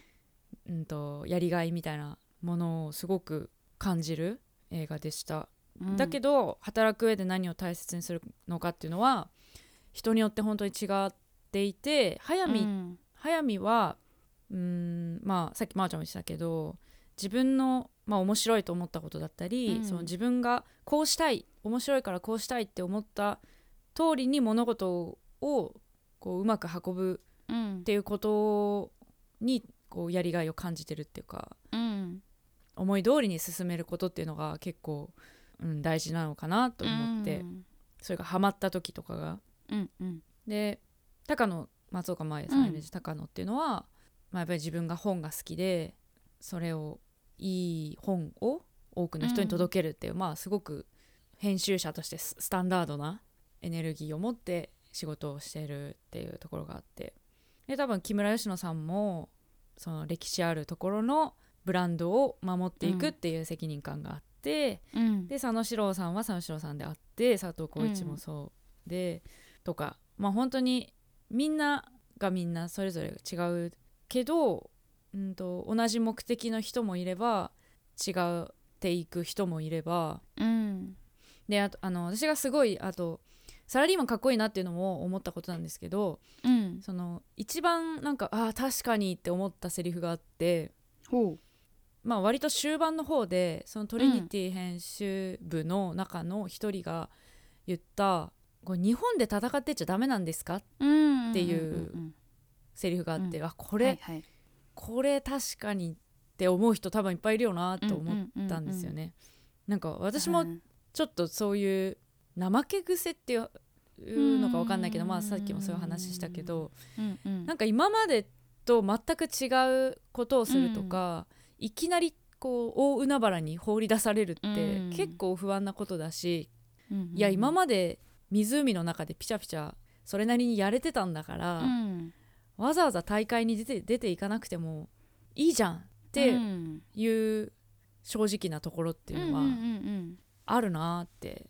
Speaker 2: とやりがいみたいなものをすごく感じる映画でした。だけ
Speaker 3: ど、
Speaker 2: ど働く上で何を大切にするのかっていうのは人によって本当に違っていて早見、
Speaker 3: うん
Speaker 2: 早見はうーんまあさっきまーちゃんも言ってたけど自分の、まあ、面白いと思ったことだった
Speaker 3: う
Speaker 2: り、
Speaker 3: ん
Speaker 2: その自分がこうしたい面白いからこうしたいって思った通りに物事をこううまく運ぶ
Speaker 3: うん
Speaker 2: っていうことにこうやりがいを感じてるっていうか
Speaker 3: うん
Speaker 2: 思い通りに進めることっていうのが結構、うん、大事なのかなと思って、
Speaker 3: うん
Speaker 2: それがハマった時とかが。
Speaker 3: うんうん
Speaker 2: で高野松岡茉優さん
Speaker 3: うん
Speaker 2: 演じた高野っていうのは、まあ、やっぱり自分が本が好きでそれをいい本を多くの人に届けるっていう、まあすごく編集者としてススタンダードなエネルギーを持って仕事をしているっていうところがあってで多分木村佳乃さんもその歴史あるところのブランドを守っていくっていう責任感があっ
Speaker 3: う
Speaker 2: て、
Speaker 3: ん
Speaker 2: で佐野史郎さんは佐野史郎さんであって佐藤浩市もそうで、とかまあ本当にみんながみんなそれぞれ違うけど、うん、と同じ目的の人もいれば違っていく人もいれば
Speaker 3: うん
Speaker 2: であとあの私がすごいあとサラリーマンかっこいいなっていうのも思ったことなんですけど
Speaker 3: うん
Speaker 2: その一番なんかああ確かにって思ったセリフがあって。
Speaker 3: ほ
Speaker 2: まあ、割と終盤の方でそのトリニティ編集部の中の一人が言った「これ日本で戦ってちゃダメなんですか?
Speaker 3: ううん
Speaker 2: っていうセリフがあって、あこれ、これ確かにって思う人多分いっぱいいるよなと思ったんですよね。
Speaker 3: ね
Speaker 2: なんか私もちょっとそういう怠け癖っていうのか分かんないけど、まあ、さっきもそういう話したけど、なんか今までと全く違うことをするとか、いきなりこう大海原に放り出されるって
Speaker 3: うん
Speaker 2: 結構不安なことだし、いや今まで湖の中でピチャピチャそれなりにやれてたんだから、わざわざ大会に出て出ていかなくてもいいじゃんっていう正直なところっていうのはあるなーって。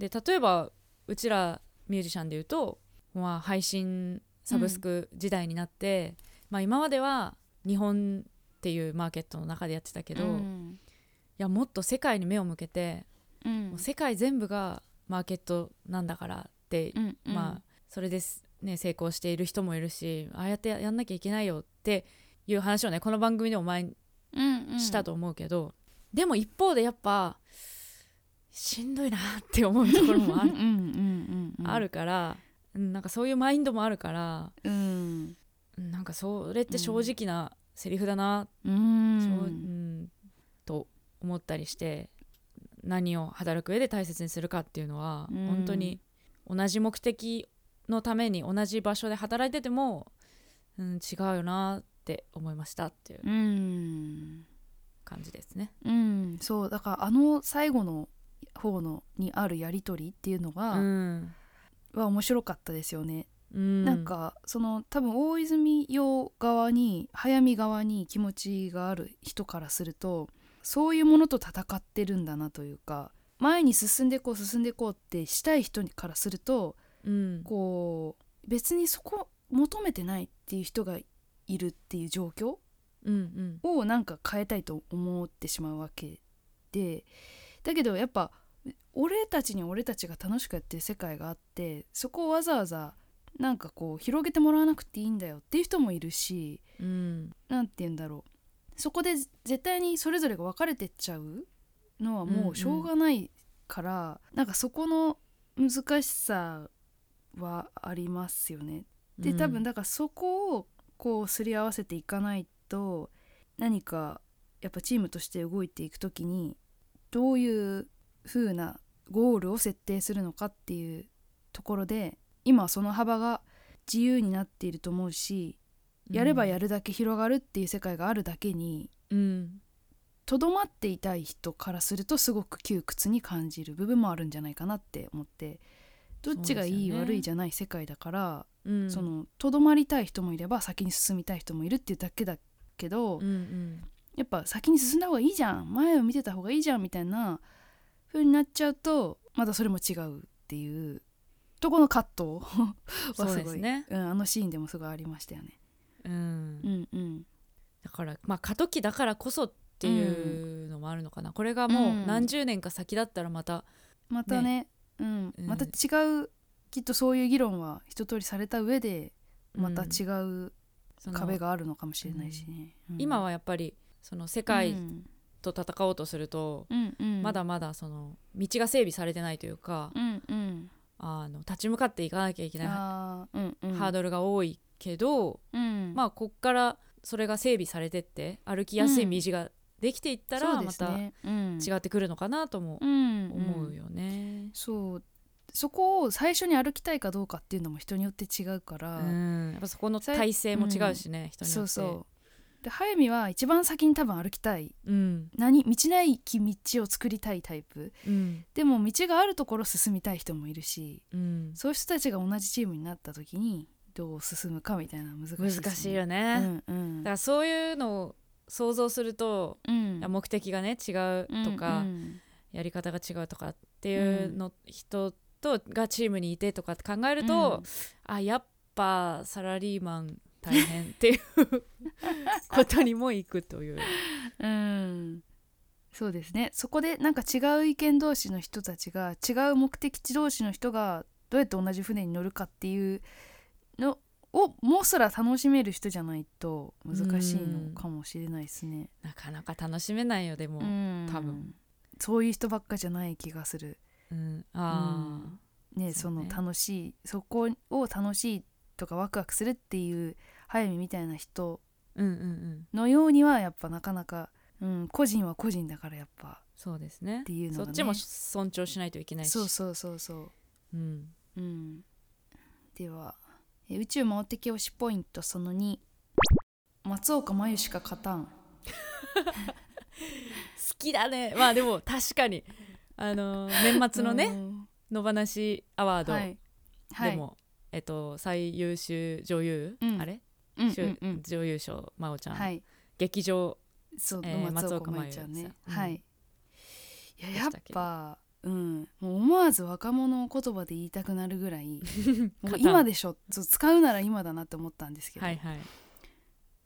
Speaker 2: で例えばうちらミュージシャンで言うと、まあ、配信サブスク時代になって、まあ、今までは日本っていうマーケットの中でやってたけど、いやもっと世界に目を向けて、もう世界全部がマーケットなんだからって、まあそれです、ね、成功している人もいるしああやってやんなきゃいけないよっていう話をねこの番組でも前にしたと思うけど、でも一方でやっぱしんどいなって思うところ もあるあるから、うんなんかそういうマインドもあるから
Speaker 3: うん
Speaker 2: うんなんかそれって正直なセリフだな、
Speaker 3: う
Speaker 2: そうんうんと思ったりして何を働く上で大切にするかっていうのは、
Speaker 3: うん
Speaker 2: 本当に同じ目的のために同じ場所で働いてても、うん、違うよなっって思いましたっていう
Speaker 3: うん
Speaker 2: 感じですね。
Speaker 3: うんそうだからあの最後の方のにあるやり取りっていうのが、
Speaker 2: うん
Speaker 3: は面白かったですよね、
Speaker 2: うん、
Speaker 3: なんかその多分大泉洋側に早見側に気持ちがある人からするとそういうものと戦ってるんだなというか前に進んでこう進んでこうってしたい人からすると
Speaker 2: うん、
Speaker 3: こう別にそこ求めてないっていう人がいるっていう状況
Speaker 2: うんうん
Speaker 3: をなんか変えたいと思ってしまうわけでだけどやっぱ俺たちに俺たちが楽しくやってる世界があってそこをわざわざなんかこう広げてもらわなくていいんだよっていう人もいるし
Speaker 2: うん
Speaker 3: 何て言うんだろうそこで絶対にそれぞれが分かれてっちゃうのは
Speaker 2: うん
Speaker 3: も
Speaker 2: うん
Speaker 3: うしょうがないから、なんかそこの難しさはありますよねで多分だからそこをこうすり合わせていかないと何かやっぱチームとして動いていく時にどういう風なゴールを設定するのかっていうところで今はその幅が自由になっていると思うしやればや
Speaker 2: る、
Speaker 3: るだけ広がるっていう世界があるだけに
Speaker 2: うん
Speaker 3: とどまっていたい人からするとすごく窮屈に感じる部分もあるんじゃないかなって思ってどっちがいい、
Speaker 2: そうですよね
Speaker 3: 悪いじゃない世界だから
Speaker 2: うん、
Speaker 3: そのとどまりたい人もいれば先に進みたい人もいるっていうだけだけど、
Speaker 2: う んうん
Speaker 3: やっぱ先に進んだ方がいいじゃん前を見てた方がいいじゃんみたいな風になっちゃうとまたそれも違うっていうとこの葛藤
Speaker 2: そ
Speaker 3: は
Speaker 2: う
Speaker 3: す
Speaker 2: で
Speaker 3: ご
Speaker 2: す
Speaker 3: い
Speaker 2: ね、
Speaker 3: うん、あのシーンでもすごいありましたよね。
Speaker 2: うん
Speaker 3: うんうん、
Speaker 2: だからまあ過渡期だからこそっていうのもあるのかな、これがもう何十年か先だったらまた、
Speaker 3: またねうん、
Speaker 2: うん
Speaker 3: また違うきっとそういう議論は一通りされた上でまた違う
Speaker 2: その
Speaker 3: 壁があるのかもしれないしね。うん
Speaker 2: 今はやっぱりその世
Speaker 3: う
Speaker 2: 界
Speaker 3: ん
Speaker 2: と戦おうとすると、
Speaker 3: うんうん
Speaker 2: まだまだその道が整備されてないというか、
Speaker 3: うんうん
Speaker 2: あの立ち向かっていかなきゃいけないハ
Speaker 3: あーうんうん
Speaker 2: ードルが多いけど、
Speaker 3: うん、
Speaker 2: まあこっからそれが整備されてって歩きやすい道ができていったら
Speaker 3: そうで
Speaker 2: ますた
Speaker 3: ねうん
Speaker 2: 違ってくるのかなとも
Speaker 3: うん
Speaker 2: 思う
Speaker 3: よ、
Speaker 2: よね。
Speaker 3: そうそこを最初に歩きたいかどうかっていうのも人によって違うから、
Speaker 2: うんやっぱそこの体制も違うしね、人によって。
Speaker 3: そうそうで早見は一番先に多分歩きたい
Speaker 2: うん
Speaker 3: 何道ないき道を作りたいタイプ
Speaker 2: うん
Speaker 3: でも道があるところ進みたい人もいるし
Speaker 2: うん、
Speaker 3: そういう人たちが同じチームになった時にどう進むかみたいなの難しいで
Speaker 2: 難
Speaker 3: すね
Speaker 2: しいよね、
Speaker 3: うんうん
Speaker 2: だからそういうのを想像すると、
Speaker 3: うん
Speaker 2: 目的がね違うとか、
Speaker 3: うん
Speaker 2: やり方が違うとかっていうの、人とがチームにいてとかって考えると、あやっぱサラリーマン大変っていうことにもいくという。
Speaker 3: うんそうですねそこでなんか違う意見同士の人たちが違う目的地同士の人がどうやって同じ船に乗るかっていうのをもうすら楽しめる人じゃないと難しいのかもしれないですね。
Speaker 2: なかなか楽しめないよでも、う
Speaker 3: うんん
Speaker 2: 多分
Speaker 3: そういう人ばっかじゃない気がする。
Speaker 2: あ
Speaker 3: ね
Speaker 2: そ
Speaker 3: そう
Speaker 2: ね
Speaker 3: の楽しいそこを楽しいとかワクワクするっていう速水みたいな人
Speaker 2: ー、うんうんうん
Speaker 3: のようにはやっぱなかなか、うん、個人は個人だからやっぱ
Speaker 2: そうですね
Speaker 3: っていうの
Speaker 2: そ
Speaker 3: がね
Speaker 2: っちも尊重しないといけないし
Speaker 3: そうそうそうそう
Speaker 2: うん
Speaker 3: うん、ではえ宇宙魔王的推しポイントその2松岡真由しか勝たん
Speaker 2: 好きだねまあでも確かにあの年末のね
Speaker 3: うん
Speaker 2: 野放しアワード、
Speaker 3: はいはい
Speaker 2: でも、えっと、最優秀女優、
Speaker 3: うん
Speaker 2: あれ、
Speaker 3: うんうん
Speaker 2: し
Speaker 3: う
Speaker 2: ゅ
Speaker 3: ん
Speaker 2: 女優賞真央ちゃん、
Speaker 3: はい
Speaker 2: 劇場
Speaker 3: そう、
Speaker 2: えー
Speaker 3: 松岡真由ちゃん
Speaker 2: 松
Speaker 3: ね
Speaker 2: 岡、真由さん
Speaker 3: はいいや
Speaker 2: で
Speaker 3: や
Speaker 2: し
Speaker 3: った
Speaker 2: けど
Speaker 3: ぱうんもう思わず若者を言葉で言いたくなるぐらいもう
Speaker 2: 勝たん
Speaker 3: 今でしょそう使うなら今だなって思ったんですけど、
Speaker 2: はいはい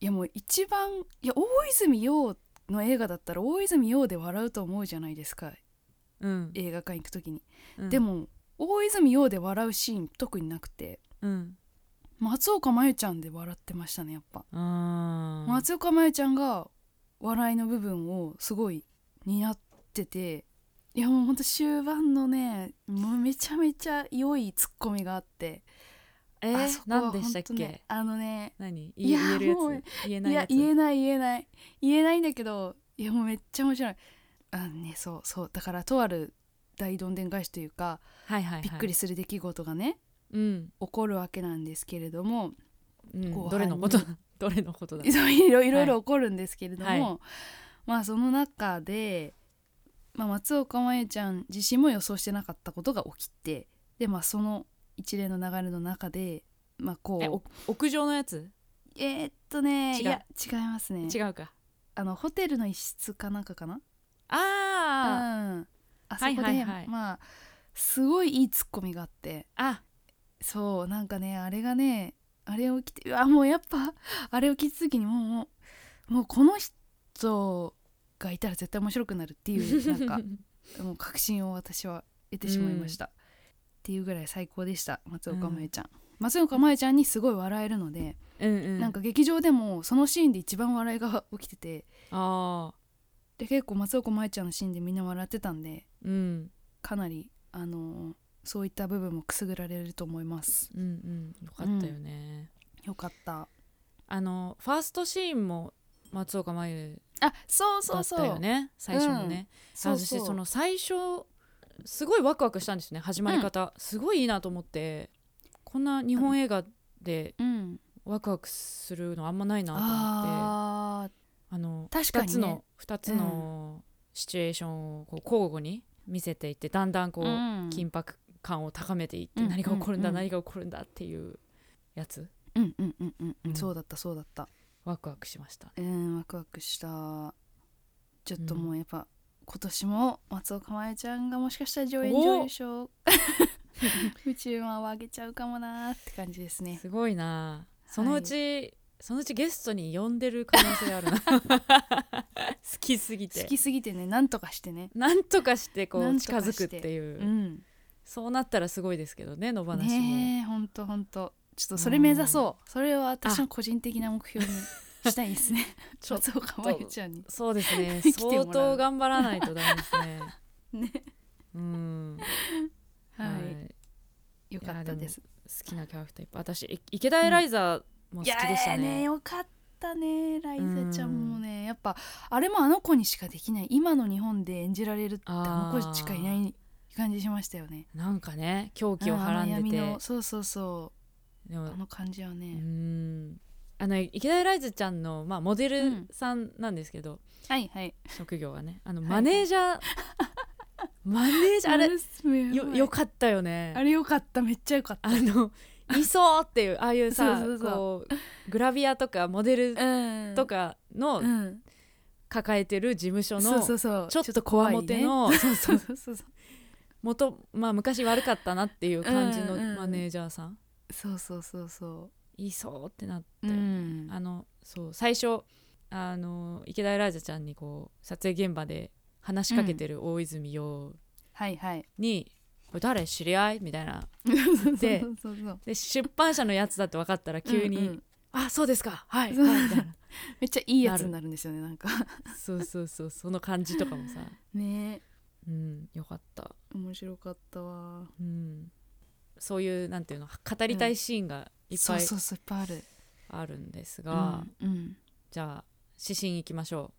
Speaker 3: いやもう一番いや大泉洋の映画だったら大泉洋で笑うと思うじゃないですか
Speaker 2: うん、
Speaker 3: 映画館行く時に
Speaker 2: うん
Speaker 3: で、も大泉洋で笑うシーン特になくて
Speaker 2: うん、
Speaker 3: 松岡真由ちゃんで笑ってましたねやっぱ、
Speaker 2: あー
Speaker 3: 松岡真由ちゃんが笑いの部分をすごい担ってていやもうほんと終盤のねもうめちゃめちゃ良いツッコミがあって、
Speaker 2: えー
Speaker 3: あそこは
Speaker 2: 何でしたっけ、
Speaker 3: ほんとねあのね
Speaker 2: 何
Speaker 3: い
Speaker 2: 言
Speaker 3: や
Speaker 2: え言えるや
Speaker 3: もう
Speaker 2: つ言えないいや
Speaker 3: や
Speaker 2: つ
Speaker 3: 言えない言えない言えないんだけどいやもうめっちゃ面白いあねそうそうだからとある大どんでん返しというか
Speaker 2: はいはいはい、
Speaker 3: びっくりする出来事がね
Speaker 2: うん、
Speaker 3: 起こるわけなんですけれども
Speaker 2: うん
Speaker 3: 後輩に
Speaker 2: どれのこと どどれのこと だ
Speaker 3: いろいろいろいろ起こるんですけれども、
Speaker 2: はい
Speaker 3: まあその中で、まあ、松岡真優ちゃん自身も予想してなかったことが起きてでまあその一連の流れの中でまあ
Speaker 2: え
Speaker 3: こ
Speaker 2: お屋上のやつ
Speaker 3: うえーっとね
Speaker 2: 違う
Speaker 3: いや違いますね
Speaker 2: 違うか
Speaker 3: あのホテルの一室かなんかかな
Speaker 2: あ
Speaker 3: うん、あそこで、
Speaker 2: はいはいはい
Speaker 3: まあすごいいいツッコミがあって
Speaker 2: ああ
Speaker 3: そうなんかねあれがねあれを着てうわもうやっぱあれを着てた時にもうもうもうこの人がいたら絶対面白くなるっていうなん かもう確信を私は得てしまいました、っていうぐらい最高でした松岡真優ちゃん、松岡真優ちゃんにすごい笑えるので、
Speaker 2: うんうん
Speaker 3: なんか劇場でもそのシーンで一番笑いが起きてて
Speaker 2: ああ
Speaker 3: で結構松岡真優ちゃんのシーンでみんな笑ってたんで
Speaker 2: うん
Speaker 3: かなりあのーそういった部分もくすぐられると思います
Speaker 2: うんうんよかったよね、
Speaker 3: よかった
Speaker 2: あのファーストシーンも松岡真優
Speaker 3: あそう
Speaker 2: だ
Speaker 3: そう
Speaker 2: った
Speaker 3: そう
Speaker 2: よね最初のね、
Speaker 3: そうそう
Speaker 2: あそしてその最初すごいワクワクしたんですね始まり方、すごいいいなと思ってこんな日本映画で
Speaker 3: うん
Speaker 2: ワクワクするのあんまないなと思ってあ
Speaker 3: あ
Speaker 2: の
Speaker 3: 確かにね
Speaker 2: 2つの二つのシチュエーションをこう交互に見せていってだんだんこう、
Speaker 3: ー
Speaker 2: 緊迫感を高めていって、
Speaker 3: うん
Speaker 2: 何が起こるんだ、
Speaker 3: うん
Speaker 2: 何が起こるんだっていうやつ
Speaker 3: うんうんうんうんう
Speaker 2: うんん
Speaker 3: そうだったそうだった
Speaker 2: ワクワクしましたね
Speaker 3: うんワクワクしたちょっと
Speaker 2: うん
Speaker 3: もうやっぱ今年も松岡茉優ちゃんがもしかしたら上演
Speaker 2: お
Speaker 3: 上優 賞宇宙マンをあげちゃうかもなーって感じですね
Speaker 2: すごいなそのうち、そのうちゲストに呼んでる可能性 あるな好きすぎて
Speaker 3: 好きすぎてねなんとかしてね
Speaker 2: なんとかしてこ
Speaker 3: な
Speaker 2: うん
Speaker 3: とか
Speaker 2: 近
Speaker 3: して
Speaker 2: づくっていう、
Speaker 3: うん
Speaker 2: そうなったらすごいですけどね野放しも、
Speaker 3: ねえほんとほんとちょっとそれ目指そうそれは私の
Speaker 2: あ
Speaker 3: 個人的な目標にしたいです ね
Speaker 2: ちょっと
Speaker 3: 松岡真優ちゃんに
Speaker 2: そうですね
Speaker 3: 来てもらう
Speaker 2: 相当頑張らないとダメですね
Speaker 3: ね
Speaker 2: うん
Speaker 3: はい、
Speaker 2: い
Speaker 3: よかったです
Speaker 2: 好きなキャラクターいっぱい私い池田エライザーも好きでした
Speaker 3: いやー
Speaker 2: ね,、
Speaker 3: よかったねライザちゃんもねやっぱあれもあの子にしかできない今の日本で演じられるって
Speaker 2: あー
Speaker 3: あの子しかいない感じしましたよね
Speaker 2: なんかね狂気をは
Speaker 3: あ
Speaker 2: らん
Speaker 3: の
Speaker 2: で
Speaker 3: 闇
Speaker 2: て
Speaker 3: のそうそうそ
Speaker 2: でも
Speaker 3: うあの感じは
Speaker 2: うー
Speaker 3: ね、
Speaker 2: んあの池田エライズちゃんの、まあ、モデ
Speaker 3: う
Speaker 2: ル
Speaker 3: ん
Speaker 2: さんなんですけど、
Speaker 3: はいはい
Speaker 2: 職業はねあの
Speaker 3: はい
Speaker 2: マネージャー、 マネージャーあれよよ
Speaker 3: か
Speaker 2: かったよね
Speaker 3: あれよかっためっちゃよかった
Speaker 2: あの「いそう」っていうああいうさ
Speaker 3: そうそうそう
Speaker 2: こうグラビアとかモデル
Speaker 3: うん
Speaker 2: とかの
Speaker 3: うん
Speaker 2: 抱えてる事務所
Speaker 3: そうそ
Speaker 2: の
Speaker 3: うそう
Speaker 2: ちょっとこわもての
Speaker 3: そうそうそうそう
Speaker 2: 元、まあ、昔悪かったなっていう感じの
Speaker 3: うんうん
Speaker 2: マネージャーさん
Speaker 3: そうそうそうそ
Speaker 2: いそうってなって、
Speaker 3: ううん
Speaker 2: あのそう最初あの池田エライザちゃんにこう撮影現場で話しかけてる大泉洋
Speaker 3: はいはい
Speaker 2: に「これ誰知り合い?」みたいな で
Speaker 3: そうそうそう
Speaker 2: で出版社のやつだって分かったら急に「
Speaker 3: うんうん
Speaker 2: あそうですかはい」
Speaker 3: そう
Speaker 2: はいみたいな
Speaker 3: めっちゃいいやつになるんですよねなんか
Speaker 2: そうそうそうその感じとかもさ
Speaker 3: ね
Speaker 2: うんよかった、
Speaker 3: 面白かったわ
Speaker 2: うん、そういうなんていうの語りたいシーンがいっ
Speaker 3: そ
Speaker 2: ぱ
Speaker 3: う
Speaker 2: い
Speaker 3: そうそういっぱいある
Speaker 2: あるんですが、
Speaker 3: うんうん
Speaker 2: じゃあ指針いきましょ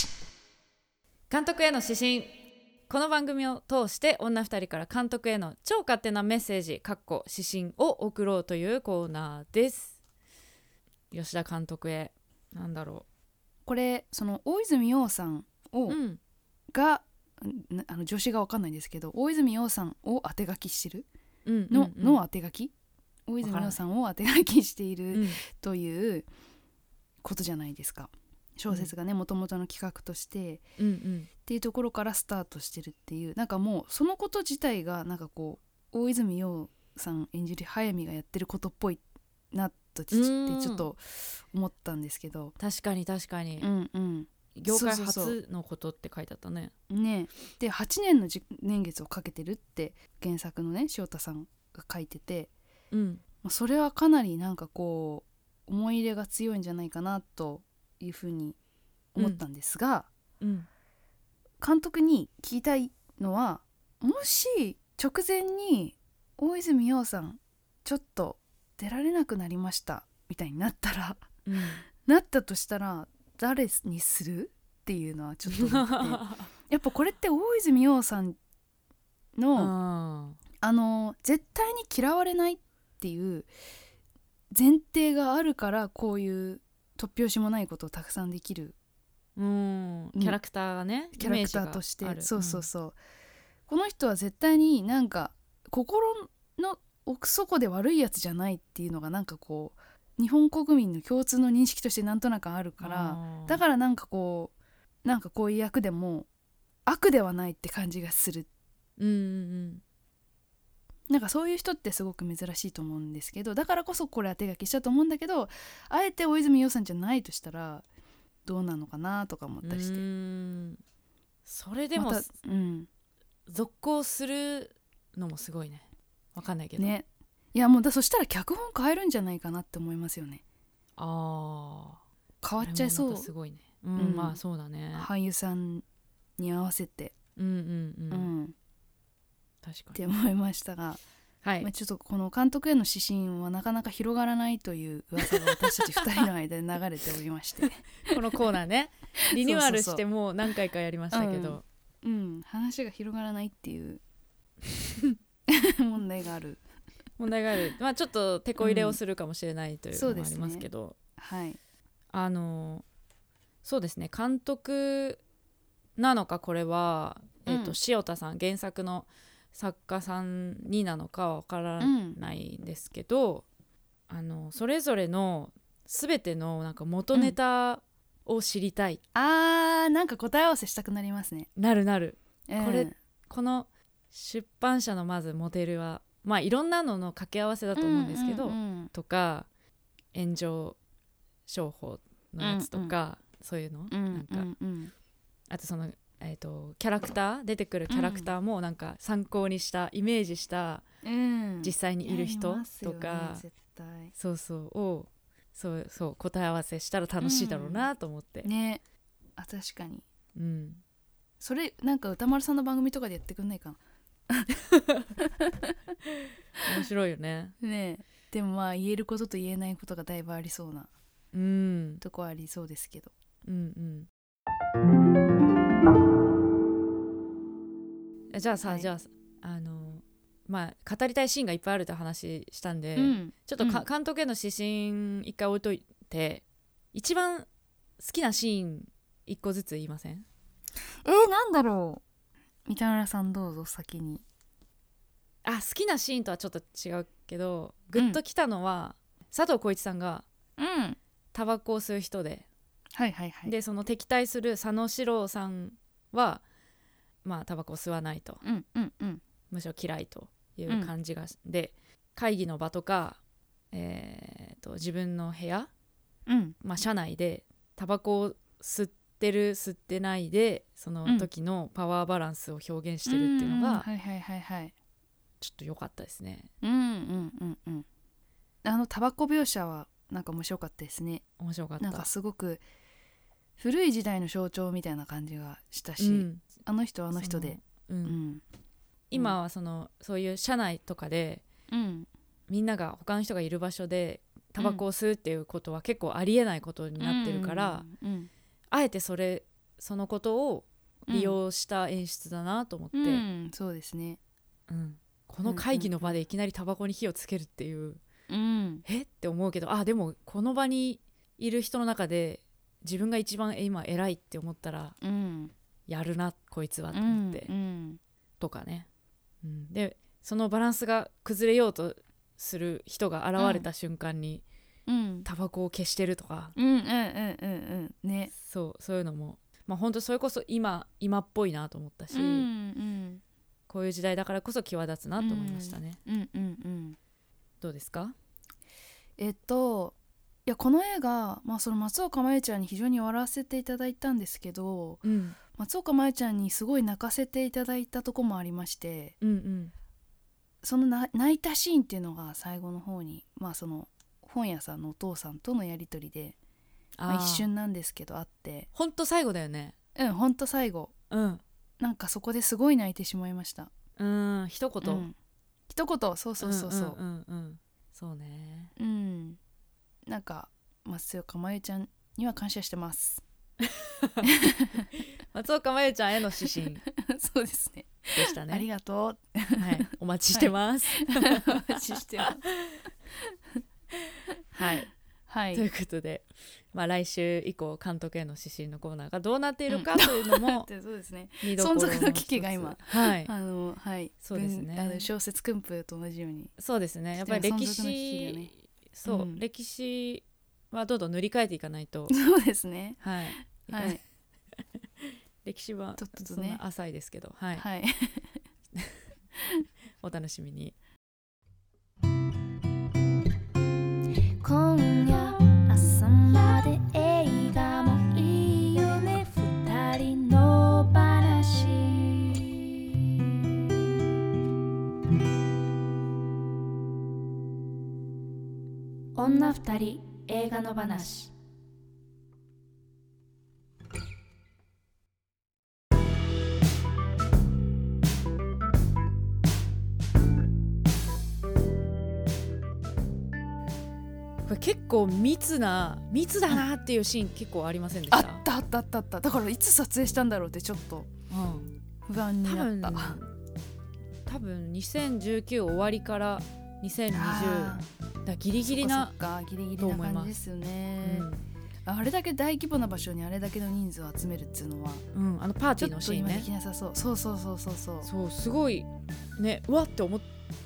Speaker 2: う女二人映画の話監督への指針この番組を通して女二人から監督への超勝手なメッセージかっこ指針を送ろうというコーナーです吉田監督へなんだろ
Speaker 3: これその大泉洋さんを、
Speaker 2: ううん
Speaker 3: がんあの女子がわかんないんですけど大泉洋さんを当て書きしてる
Speaker 2: うん
Speaker 3: の,、
Speaker 2: うんうん
Speaker 3: の当て書き大
Speaker 2: からない
Speaker 3: 泉洋さんを当て書きしていうる
Speaker 2: ん
Speaker 3: ということじゃないですか小説がねもともとの企画として
Speaker 2: うんうん
Speaker 3: っていうところからスタートしてるっていうなんかもうそのこと自体がなんかこう大泉洋さん演じる速水がやってることっぽいなとち
Speaker 2: う
Speaker 3: っ
Speaker 2: ーん
Speaker 3: てちょっと思ったんですけど
Speaker 2: 確かに確かに、
Speaker 3: うんうん
Speaker 2: 業界
Speaker 3: そうそうそう
Speaker 2: 初のことって書いてあったね
Speaker 3: ねで8年のじ年月をかけてるって原作のね塩田さんが書いてて、
Speaker 2: うん
Speaker 3: まあそれはかなりなんかこう思い入れが強いんじゃないかなというふうに思ったんですが、
Speaker 2: うん
Speaker 3: 監督に聞きたいのはもし直前に大泉洋さんちょっと出られなくなりましたみたいになったら
Speaker 2: うん
Speaker 3: なったとしたら誰にするっていうのは ちょっと思ってやっぱこれって大泉洋さんの
Speaker 2: あ
Speaker 3: あの絶対に嫌われないっていう前提があるからこういう突拍子もないことをたくさんできる
Speaker 2: うんキャラクターがね、
Speaker 3: キャラクターとし
Speaker 2: イメージがあ
Speaker 3: て
Speaker 2: る
Speaker 3: そうそうそう、この人は絶対になんか心の奥底で悪いやつじゃないっていうのがなんかこう日本国民の共通の認識としてなんとなくあるからだ
Speaker 2: か
Speaker 3: からなんかこうなんかこういう役でも悪ではないって感じがする
Speaker 2: らうんうん
Speaker 3: なんかそういう人ってすごく珍しいと思うんですけどだからこそこれは手書きしたと思うんだけどあえて大泉洋さんじゃないとしたらどうなのかなとか思っ
Speaker 2: う
Speaker 3: たりして。
Speaker 2: んそれでも、
Speaker 3: またうん
Speaker 2: 続行するのもすごいねわかんないけど、
Speaker 3: ねいやもうだそしたら脚本変えるんじゃないかなって思いますよね
Speaker 2: ああ
Speaker 3: 変わっちゃいそう
Speaker 2: すごいねうん、
Speaker 3: うん
Speaker 2: まあそうだね、
Speaker 3: 俳優さんに合わせて、
Speaker 2: うんうん
Speaker 3: う
Speaker 2: うんん、
Speaker 3: っ
Speaker 2: 確かに
Speaker 3: て思いましたが、
Speaker 2: はい、
Speaker 3: まあ、ちょっとこの監督への指針はなかなか広がらないという噂が私たち2人の間で流れておりまして、
Speaker 2: このコーナー ねリニューア
Speaker 3: そ
Speaker 2: ル
Speaker 3: う
Speaker 2: し
Speaker 3: そう
Speaker 2: てもう何回かやりましたけど、
Speaker 3: うんうん、話が広がらないっていう問題がある
Speaker 2: 問題があるまあちょっと手こ入れをするかもしれないという
Speaker 3: そうで
Speaker 2: のもあ
Speaker 3: すね
Speaker 2: りますけど、
Speaker 3: はい
Speaker 2: あのそうですね監督なのかこれは、
Speaker 3: うん
Speaker 2: えっと塩田さん原作の作家さんになのかわからないんですけど、あのそれぞれの全てのなんか元ネタを知りたい、
Speaker 3: あーなんか答え合わせしたくなりますね、
Speaker 2: なるなるこれ
Speaker 3: うん
Speaker 2: この出版社のまずモデルはまあいろんなのの掛け合わせだと思うんですけど、
Speaker 3: うんうん
Speaker 2: とか炎上商法のやつとか、そういうの、
Speaker 3: うん
Speaker 2: なんか、
Speaker 3: うんうん
Speaker 2: あとその、えー、とキャラクター出てくるキャラクターもなんか参考にしたイメージした
Speaker 3: うん
Speaker 2: 実際にいる
Speaker 3: や
Speaker 2: 人
Speaker 3: りますよ
Speaker 2: と
Speaker 3: ね
Speaker 2: か、
Speaker 3: 絶対
Speaker 2: そうそうをそうそう答え合わせしたら楽しいだろうなと思って、うん
Speaker 3: ねあ確かにそれなんか歌丸さんの番組とかでやってくんないか
Speaker 2: 面白いよね。
Speaker 3: なねえでもまあ言えることと言えないことがだいぶありそうな
Speaker 2: うん、
Speaker 3: とこはありそうですけど
Speaker 2: うんうんじゃあさ、
Speaker 3: はい
Speaker 2: じゃああのまあ語りたいシーンがいっぱいあるって話したんで、
Speaker 3: うん
Speaker 2: ちょっとか、
Speaker 3: うん
Speaker 2: 監督への指針一回置いといて一番好きなシーン一個ずつ言いません
Speaker 3: えー、なんだろう三田村さんどうぞ先に
Speaker 2: あ好きなシーンとはちょっと違うけどグッときたのは、佐藤浩市さんが
Speaker 3: うん
Speaker 2: タバコを吸う人で
Speaker 3: はいはいはい
Speaker 2: でその敵対する佐野史郎さんはまあタバコを吸わないと
Speaker 3: うんうんうん
Speaker 2: むしろ嫌いという感じがし、で会議の場とか、えーと自分の部屋、
Speaker 3: うん
Speaker 2: まあ、社内でタバコを吸ってる吸ってないでその時のパワーバランスを表現してるっていうの
Speaker 3: んん
Speaker 2: が
Speaker 3: はいはいはいはい
Speaker 2: ちょっと良かったですね
Speaker 3: うんうんうんうんあのタバコ描写はなんか面白かったですね
Speaker 2: 面白かった
Speaker 3: なんかすごく古い時代の象徴みたいな感じがしたし、
Speaker 2: うん
Speaker 3: あの人はあの人で
Speaker 2: そのうん
Speaker 3: うん
Speaker 2: 今はそのそういう社内とかで
Speaker 3: うん
Speaker 2: みんなが他の人がいる場所でタバコを吸うっていうことは結構ありえないことになってるから、
Speaker 3: うんうん
Speaker 2: あえてそれそのことを利用した演出だなと思って、
Speaker 3: うん、うんそうですね
Speaker 2: うんこの会議の場でいきなりタバコに火をつけるっていう、
Speaker 3: うん
Speaker 2: えって思うけどあでもこの場にいる人の中で自分が一番今偉いって思ったら
Speaker 3: うん
Speaker 2: やるなこいつはと思って、
Speaker 3: うん
Speaker 2: とかね、うん、でそのバランスが崩れようとする人が現れた瞬間に
Speaker 3: うん
Speaker 2: タバコを消してるとか、
Speaker 3: うんうんうんうんうんね
Speaker 2: そうそういうのもまあ本当それこそ今今っぽいなと思ったし、
Speaker 3: うんうん
Speaker 2: こういう時代だからこそ際立つなと思いましたね、
Speaker 3: うんうんうん
Speaker 2: どうですか
Speaker 3: えっといやこの映画、まあ、その松岡茉優ちゃんに非常に笑わせていただいたんですけど
Speaker 2: うん
Speaker 3: 松岡茉優ちゃんにすごい泣かせていただいたとこもありまして
Speaker 2: うんうん
Speaker 3: そのな泣いたシーンっていうのが最後の方に、まあ、その本屋さんのお父さんとのやり取りで、まあ、一瞬なんですけどあって
Speaker 2: 本当最後だよね
Speaker 3: うんほんと最後
Speaker 2: うん
Speaker 3: なんかそこですごい泣いてしまいました
Speaker 2: うん一言、
Speaker 3: うん一言そうそうそうそう
Speaker 2: うんうんうんうんそうね
Speaker 3: うん、なんか松岡真優ちゃんには感謝してます
Speaker 2: 松岡真優ちゃんへの指針
Speaker 3: そうですね
Speaker 2: でした
Speaker 3: あり
Speaker 2: ね。
Speaker 3: がと
Speaker 2: はい、お待ちしてます。
Speaker 3: うお待ちしてます
Speaker 2: はい、
Speaker 3: はい
Speaker 2: ということで、まあ、来週以降監督への指針のコーナーがどうなっているかというのも
Speaker 3: でそうですね
Speaker 2: 見どこ
Speaker 3: 存
Speaker 2: ろ
Speaker 3: 続の危機が今
Speaker 2: 一つはい、
Speaker 3: あのはい
Speaker 2: そうですね
Speaker 3: 文あの小説訓布と同じように
Speaker 2: そうですねやっぱり歴
Speaker 3: 存続の危機
Speaker 2: 史、
Speaker 3: がね
Speaker 2: そう、
Speaker 3: うん
Speaker 2: 歴史はどんどん塗り替えていかないと
Speaker 3: そうですね
Speaker 2: はい、
Speaker 3: はいい、
Speaker 2: 歴史は
Speaker 3: ちょっと
Speaker 2: そん
Speaker 3: ね
Speaker 2: な浅いですけど、はい、
Speaker 3: はい
Speaker 2: お楽しみに
Speaker 4: 今夜朝まで映画もいいよね二人の話女二人映画の話
Speaker 2: これ結構密な密だなっていうシーン結構ありませんでした
Speaker 3: あったあったあったあっただからいつ撮影したんだろうってちょっと
Speaker 2: うん、
Speaker 3: 不安
Speaker 2: 多
Speaker 3: に
Speaker 2: 分
Speaker 3: なった
Speaker 2: 多分2019終わりから2020
Speaker 3: あー
Speaker 2: だギリギリ
Speaker 3: そ
Speaker 2: な
Speaker 3: っかギリギ
Speaker 2: と
Speaker 3: リな
Speaker 2: 思います
Speaker 3: 感じですよね、
Speaker 2: う
Speaker 3: あれだけ大規模な場所にあれだけの人数を集めるっていうのは
Speaker 2: ん、うん、あのパー
Speaker 3: ち
Speaker 2: テ
Speaker 3: ょ
Speaker 2: ィーの
Speaker 3: っ
Speaker 2: シ
Speaker 3: と
Speaker 2: ーン
Speaker 3: 今で
Speaker 2: ね
Speaker 3: きなさそうそうそうそうそうそう
Speaker 2: そうすごいねうわって思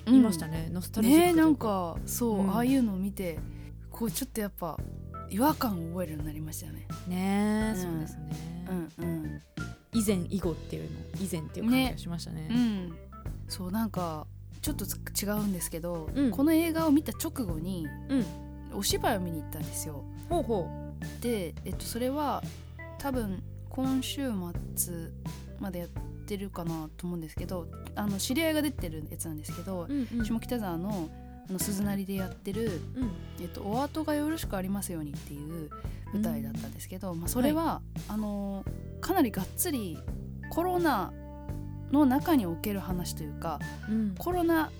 Speaker 2: いましたね、ノスタルジック
Speaker 3: ねえ
Speaker 2: とい
Speaker 3: な
Speaker 2: うんか
Speaker 3: かそう、
Speaker 2: うん
Speaker 3: ああいうのを見てこうちょっとやっぱ違和感を覚えるようになりましたよね
Speaker 2: ねえ、
Speaker 3: うん
Speaker 2: そうですね、
Speaker 3: うんうん
Speaker 2: 以前以後っていうの以前っていう感じがしましたね
Speaker 3: うんそうなんかちょっとつ違うんですけど、
Speaker 2: うん
Speaker 3: この映画を見た直後に、
Speaker 2: うん
Speaker 3: お芝居を見に行ったんですよ
Speaker 2: ほうほ
Speaker 3: で、えっと、それは多分今週末までやってるかなと思うんですけどあの知り合いが出てるやつなんですけど
Speaker 2: う、、うんうん
Speaker 3: 下北沢のあの鈴なりでやってる
Speaker 2: うん
Speaker 3: えっと、お後がよろしくありますようにっていう舞台だったんですけど、まあ、それは、あのーかなりがっつりコロナの中における話というか
Speaker 2: うん
Speaker 3: コロナ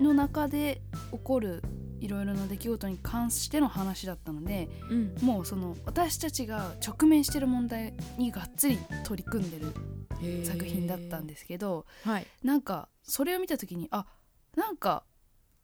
Speaker 3: の中で起こるいろいろな出来事に関しての話だったので
Speaker 2: うん
Speaker 3: もうその私たちが直面してる問題にがっつり取り組んでる作品だったんですけど、
Speaker 2: すはい
Speaker 3: なんかそれを見た時にあなんか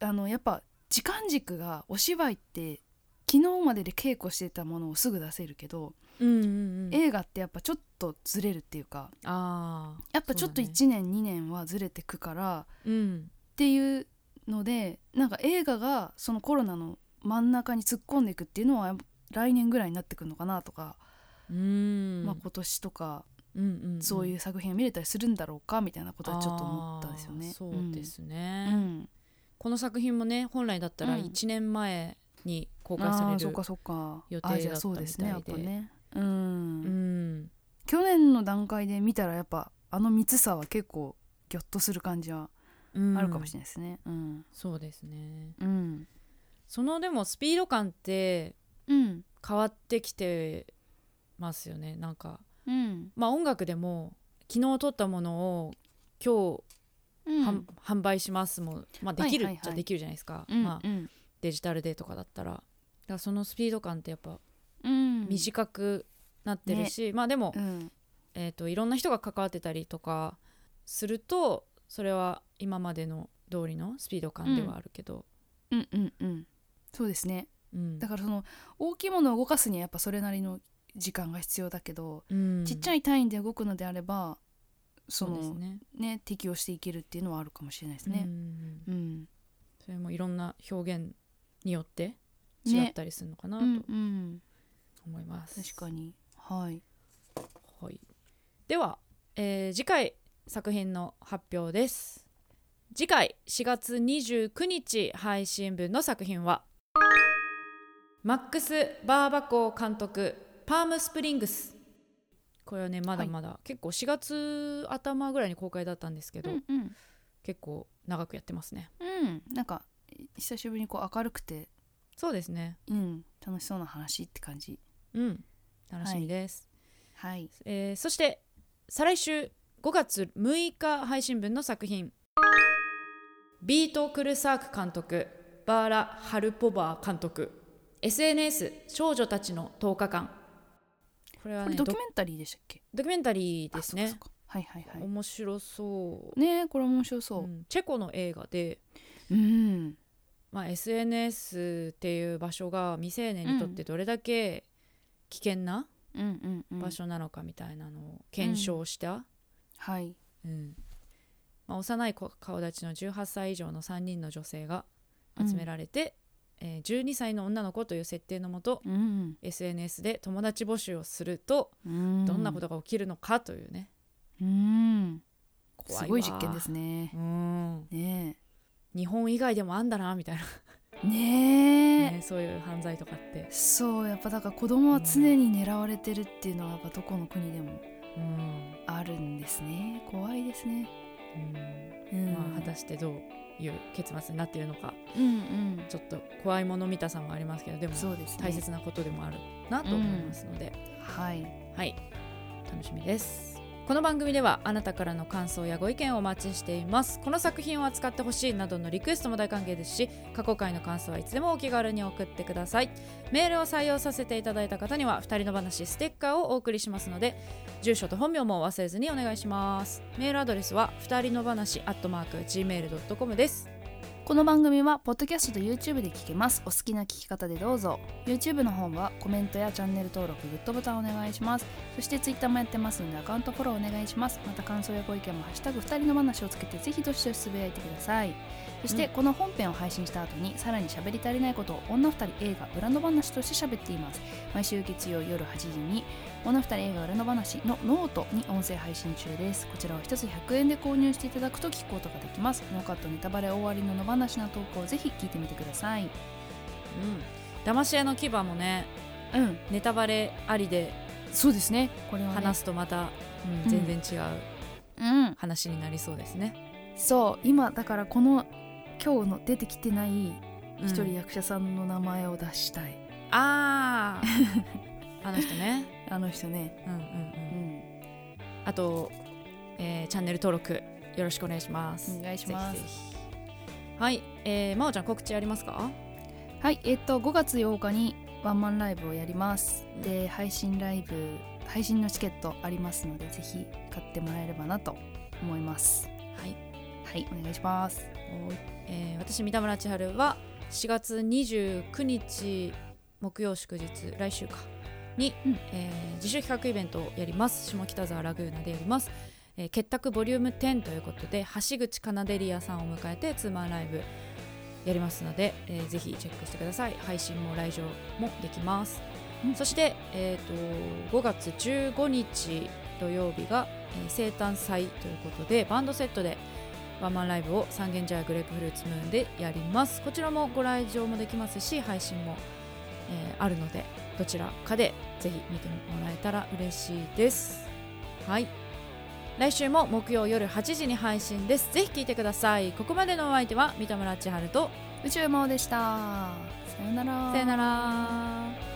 Speaker 3: あのやっぱ時間軸がお芝居って昨日までで稽古してたものをすぐ出せるけど、
Speaker 2: うんうんうん
Speaker 3: 映画ってやっぱちょっとずれるっていうか
Speaker 2: ああ
Speaker 3: やっぱちょっと
Speaker 2: そうだね
Speaker 3: 1年、2年はずれてくから
Speaker 2: うん
Speaker 3: っていうのでなんか映画がそのコロナの真ん中に突っ込んでいくっていうのは来年ぐらいになってくるのかなとか、
Speaker 2: うん
Speaker 3: まあ、今年とか
Speaker 2: うんうんうん
Speaker 3: そういう作品が見れたりするんだろうかみたいなことはちょっと思ったんですよ
Speaker 2: あ
Speaker 3: ね
Speaker 2: ー。そうです
Speaker 3: う
Speaker 2: ね、
Speaker 3: ん、
Speaker 2: この作品もね本来だったら
Speaker 3: うん
Speaker 2: 1年前に公開さ
Speaker 3: あ
Speaker 2: れ
Speaker 3: あそ
Speaker 2: る
Speaker 3: っかそっか
Speaker 2: 予定だったみたい
Speaker 3: あじ
Speaker 2: で
Speaker 3: ゃあそうですねやっぱねうん、
Speaker 2: うん
Speaker 3: 去年の段階で見たらやっぱあの密さは結構ギョッとする感じは
Speaker 2: うん
Speaker 3: あるかもしれないですねうん
Speaker 2: そうですね
Speaker 3: うん
Speaker 2: そのでもスピード感って
Speaker 3: うん
Speaker 2: 変わってきてますよねなんか
Speaker 3: うん
Speaker 2: まあ音楽でも昨日撮ったものを今
Speaker 3: うん
Speaker 2: 日はん、販売しますも、まあ、できる
Speaker 3: はいはいはい
Speaker 2: じゃできるじゃないですか、
Speaker 3: うん
Speaker 2: まあ、
Speaker 3: うん
Speaker 2: デジタルでとかだったらだからそのスピード感ってやっぱ
Speaker 3: うん
Speaker 2: 短くなってるし、まあでも、
Speaker 3: うん
Speaker 2: えー、といろんな人が関わってたりとかするとそれは今までの通りのスピード感ではあるけど、
Speaker 3: うんうんうんそうですね
Speaker 2: うん
Speaker 3: だからその大きいものを動かすにはやっぱそれなりの時間が必要だけど、
Speaker 2: うん
Speaker 3: ちっちゃい単位で動くのであればそ
Speaker 2: そう
Speaker 3: の
Speaker 2: です
Speaker 3: ね
Speaker 2: ね
Speaker 3: 適応していけるっていうのはあるかもしれないです
Speaker 2: う
Speaker 3: ね
Speaker 2: ん
Speaker 3: うん、
Speaker 2: それもいろんな表現によって違
Speaker 3: ね
Speaker 2: ったりするのかな
Speaker 3: う
Speaker 2: と
Speaker 3: んうん
Speaker 2: 思います、
Speaker 3: 確かにはい
Speaker 2: はい、では、えー次回作品の発表です次回4月29日配信分の作品はマックス・バーバコー監督「パームスプリングス」これはねまだまだ、結構4月頭ぐらいに公開だったんですけど、
Speaker 3: うん
Speaker 2: 結構長くやってますね
Speaker 3: うんなんか久しぶりにこう明るくて
Speaker 2: そうですね
Speaker 3: うん楽しそうな話って感じ
Speaker 2: うん楽しみです、
Speaker 3: はい
Speaker 2: えーそして再来週5月6日配信分の作品ビート・クルサーク監督バーラ・ハルポバー監督 SNS 少女たちの10日間これは
Speaker 3: これ
Speaker 2: ね
Speaker 3: ド
Speaker 2: ド
Speaker 3: キュ
Speaker 2: ド
Speaker 3: メンタリーでしたっけ
Speaker 2: キュメンタリーです
Speaker 3: あ
Speaker 2: ね
Speaker 3: そうかはいはいはい
Speaker 2: 面白そ
Speaker 3: ねえこれ面白
Speaker 2: う、
Speaker 3: そううん
Speaker 2: チェコの映画で、
Speaker 3: うん
Speaker 2: まあ、SNS っていう場所が未成年にとってどれだけ危険な
Speaker 3: うんうんうん
Speaker 2: 場所なのかみたいなのを検証した、
Speaker 3: はい
Speaker 2: うんまあ、幼い子顔立ちの18歳以上の3人の女性が集められて、えー12歳の女の子という設定のもと
Speaker 3: うん
Speaker 2: SNS で友達募集をすると
Speaker 3: うん
Speaker 2: どんなことが起きるのかというね、
Speaker 3: うん
Speaker 2: 怖いわ
Speaker 3: すごい実験ですね
Speaker 2: うん、
Speaker 3: ね
Speaker 2: 日本以外でもあんだなみたいな、
Speaker 3: えねえ
Speaker 2: ね、そういう犯罪とかって、
Speaker 3: そうやっぱだから子供は常に狙われてるっていうのはやっぱどこの国でも
Speaker 2: うん
Speaker 3: あるんですね怖いですねうん、
Speaker 2: まあ、果たしてどういう結末になっているのか
Speaker 3: うんうん
Speaker 2: ちょっと怖いもの見たさもありますけどでも
Speaker 3: そうですね
Speaker 2: 大切なことでもあるなと思いますので、
Speaker 3: はい
Speaker 2: はい楽しみですこの番組ではあなたからの感想やご意見をお待ちしていますこの作品を扱ってほしいなどのリクエストも大歓迎ですし過去回の感想はいつでもお気軽に送ってくださいメールを採用させていただいた方には2人の話ステッカーをお送りしますので住所と本名も忘れずにお願いしますメールアドレスは2人の話 gmail.com です
Speaker 3: この番組はポッドキャストと YouTube で聞けますお好きな聞き方でどうぞ YouTube の方はコメントやチャンネル登録グッドボタンお願いしますそして Twitter もやってますのでアカウントフォローお願いしますまた感想やご意見も「ハッシュタグ二人の話」をつけてぜひどしどしつぶやいてくださいそしてこの本編を配信した後にさらに喋り足りないことを女二人映画裏の話として喋っています毎週月曜夜8時に女二人映画裏の話のノートに音声配信中ですこちらを1つ100円で購入していただくと聞くことができますノーカットネタバレ終わりの野放しな投稿をぜひ聞いてみてください
Speaker 2: うん騙し屋の牙もね
Speaker 3: うん
Speaker 2: ネタバレありで
Speaker 3: そうですねこれは、ね、
Speaker 2: 話すとまた、うん
Speaker 3: うん
Speaker 2: 全然違う
Speaker 3: うん
Speaker 2: 話になりそうですね。
Speaker 3: そう今だからこの今日の出てきてない一人
Speaker 2: うん
Speaker 3: 役者さんの名前を出したい、
Speaker 2: あ ああの人ね。
Speaker 3: あの人ね
Speaker 2: うんうん
Speaker 3: う
Speaker 2: うん。
Speaker 3: ん
Speaker 2: あと、えーチャンネル登録よろしくお願いします。
Speaker 3: お願いします
Speaker 2: ぜひぜひはい、えー、まおちゃん告知ありますか？
Speaker 3: はいえっと5月8日にワンマンライブをやりますで配信ライブ配信のチケットありますのでぜひ買ってもらえればなと思います
Speaker 2: はい。
Speaker 3: はいお願いします
Speaker 2: おいえー私三田村千春は4月29日木曜祝日来週かに、
Speaker 3: うん
Speaker 2: えー自主企画イベントをやります下北沢ラグーナでやります、えー結託ボリューム10ということで橋口カナデリアさんを迎えてツーマンライブやりますので、えーぜひチェックしてください配信も来場もできます、
Speaker 3: うん
Speaker 2: そして、えーと5月15日土曜日が、えー生誕祭ということでバンドセットでワンマンライブを三軒茶屋グレープフルーツムーンでやりますこちらもご来場もできますし配信も、えーあるのでどちらかでぜひ見てもらえたら嬉しいですはい来週も木曜夜8時に配信ですぜひ聞いてくださいここまでのお相手は三田村千春と
Speaker 3: 宇宙魔王でしたさよなら
Speaker 2: さよなら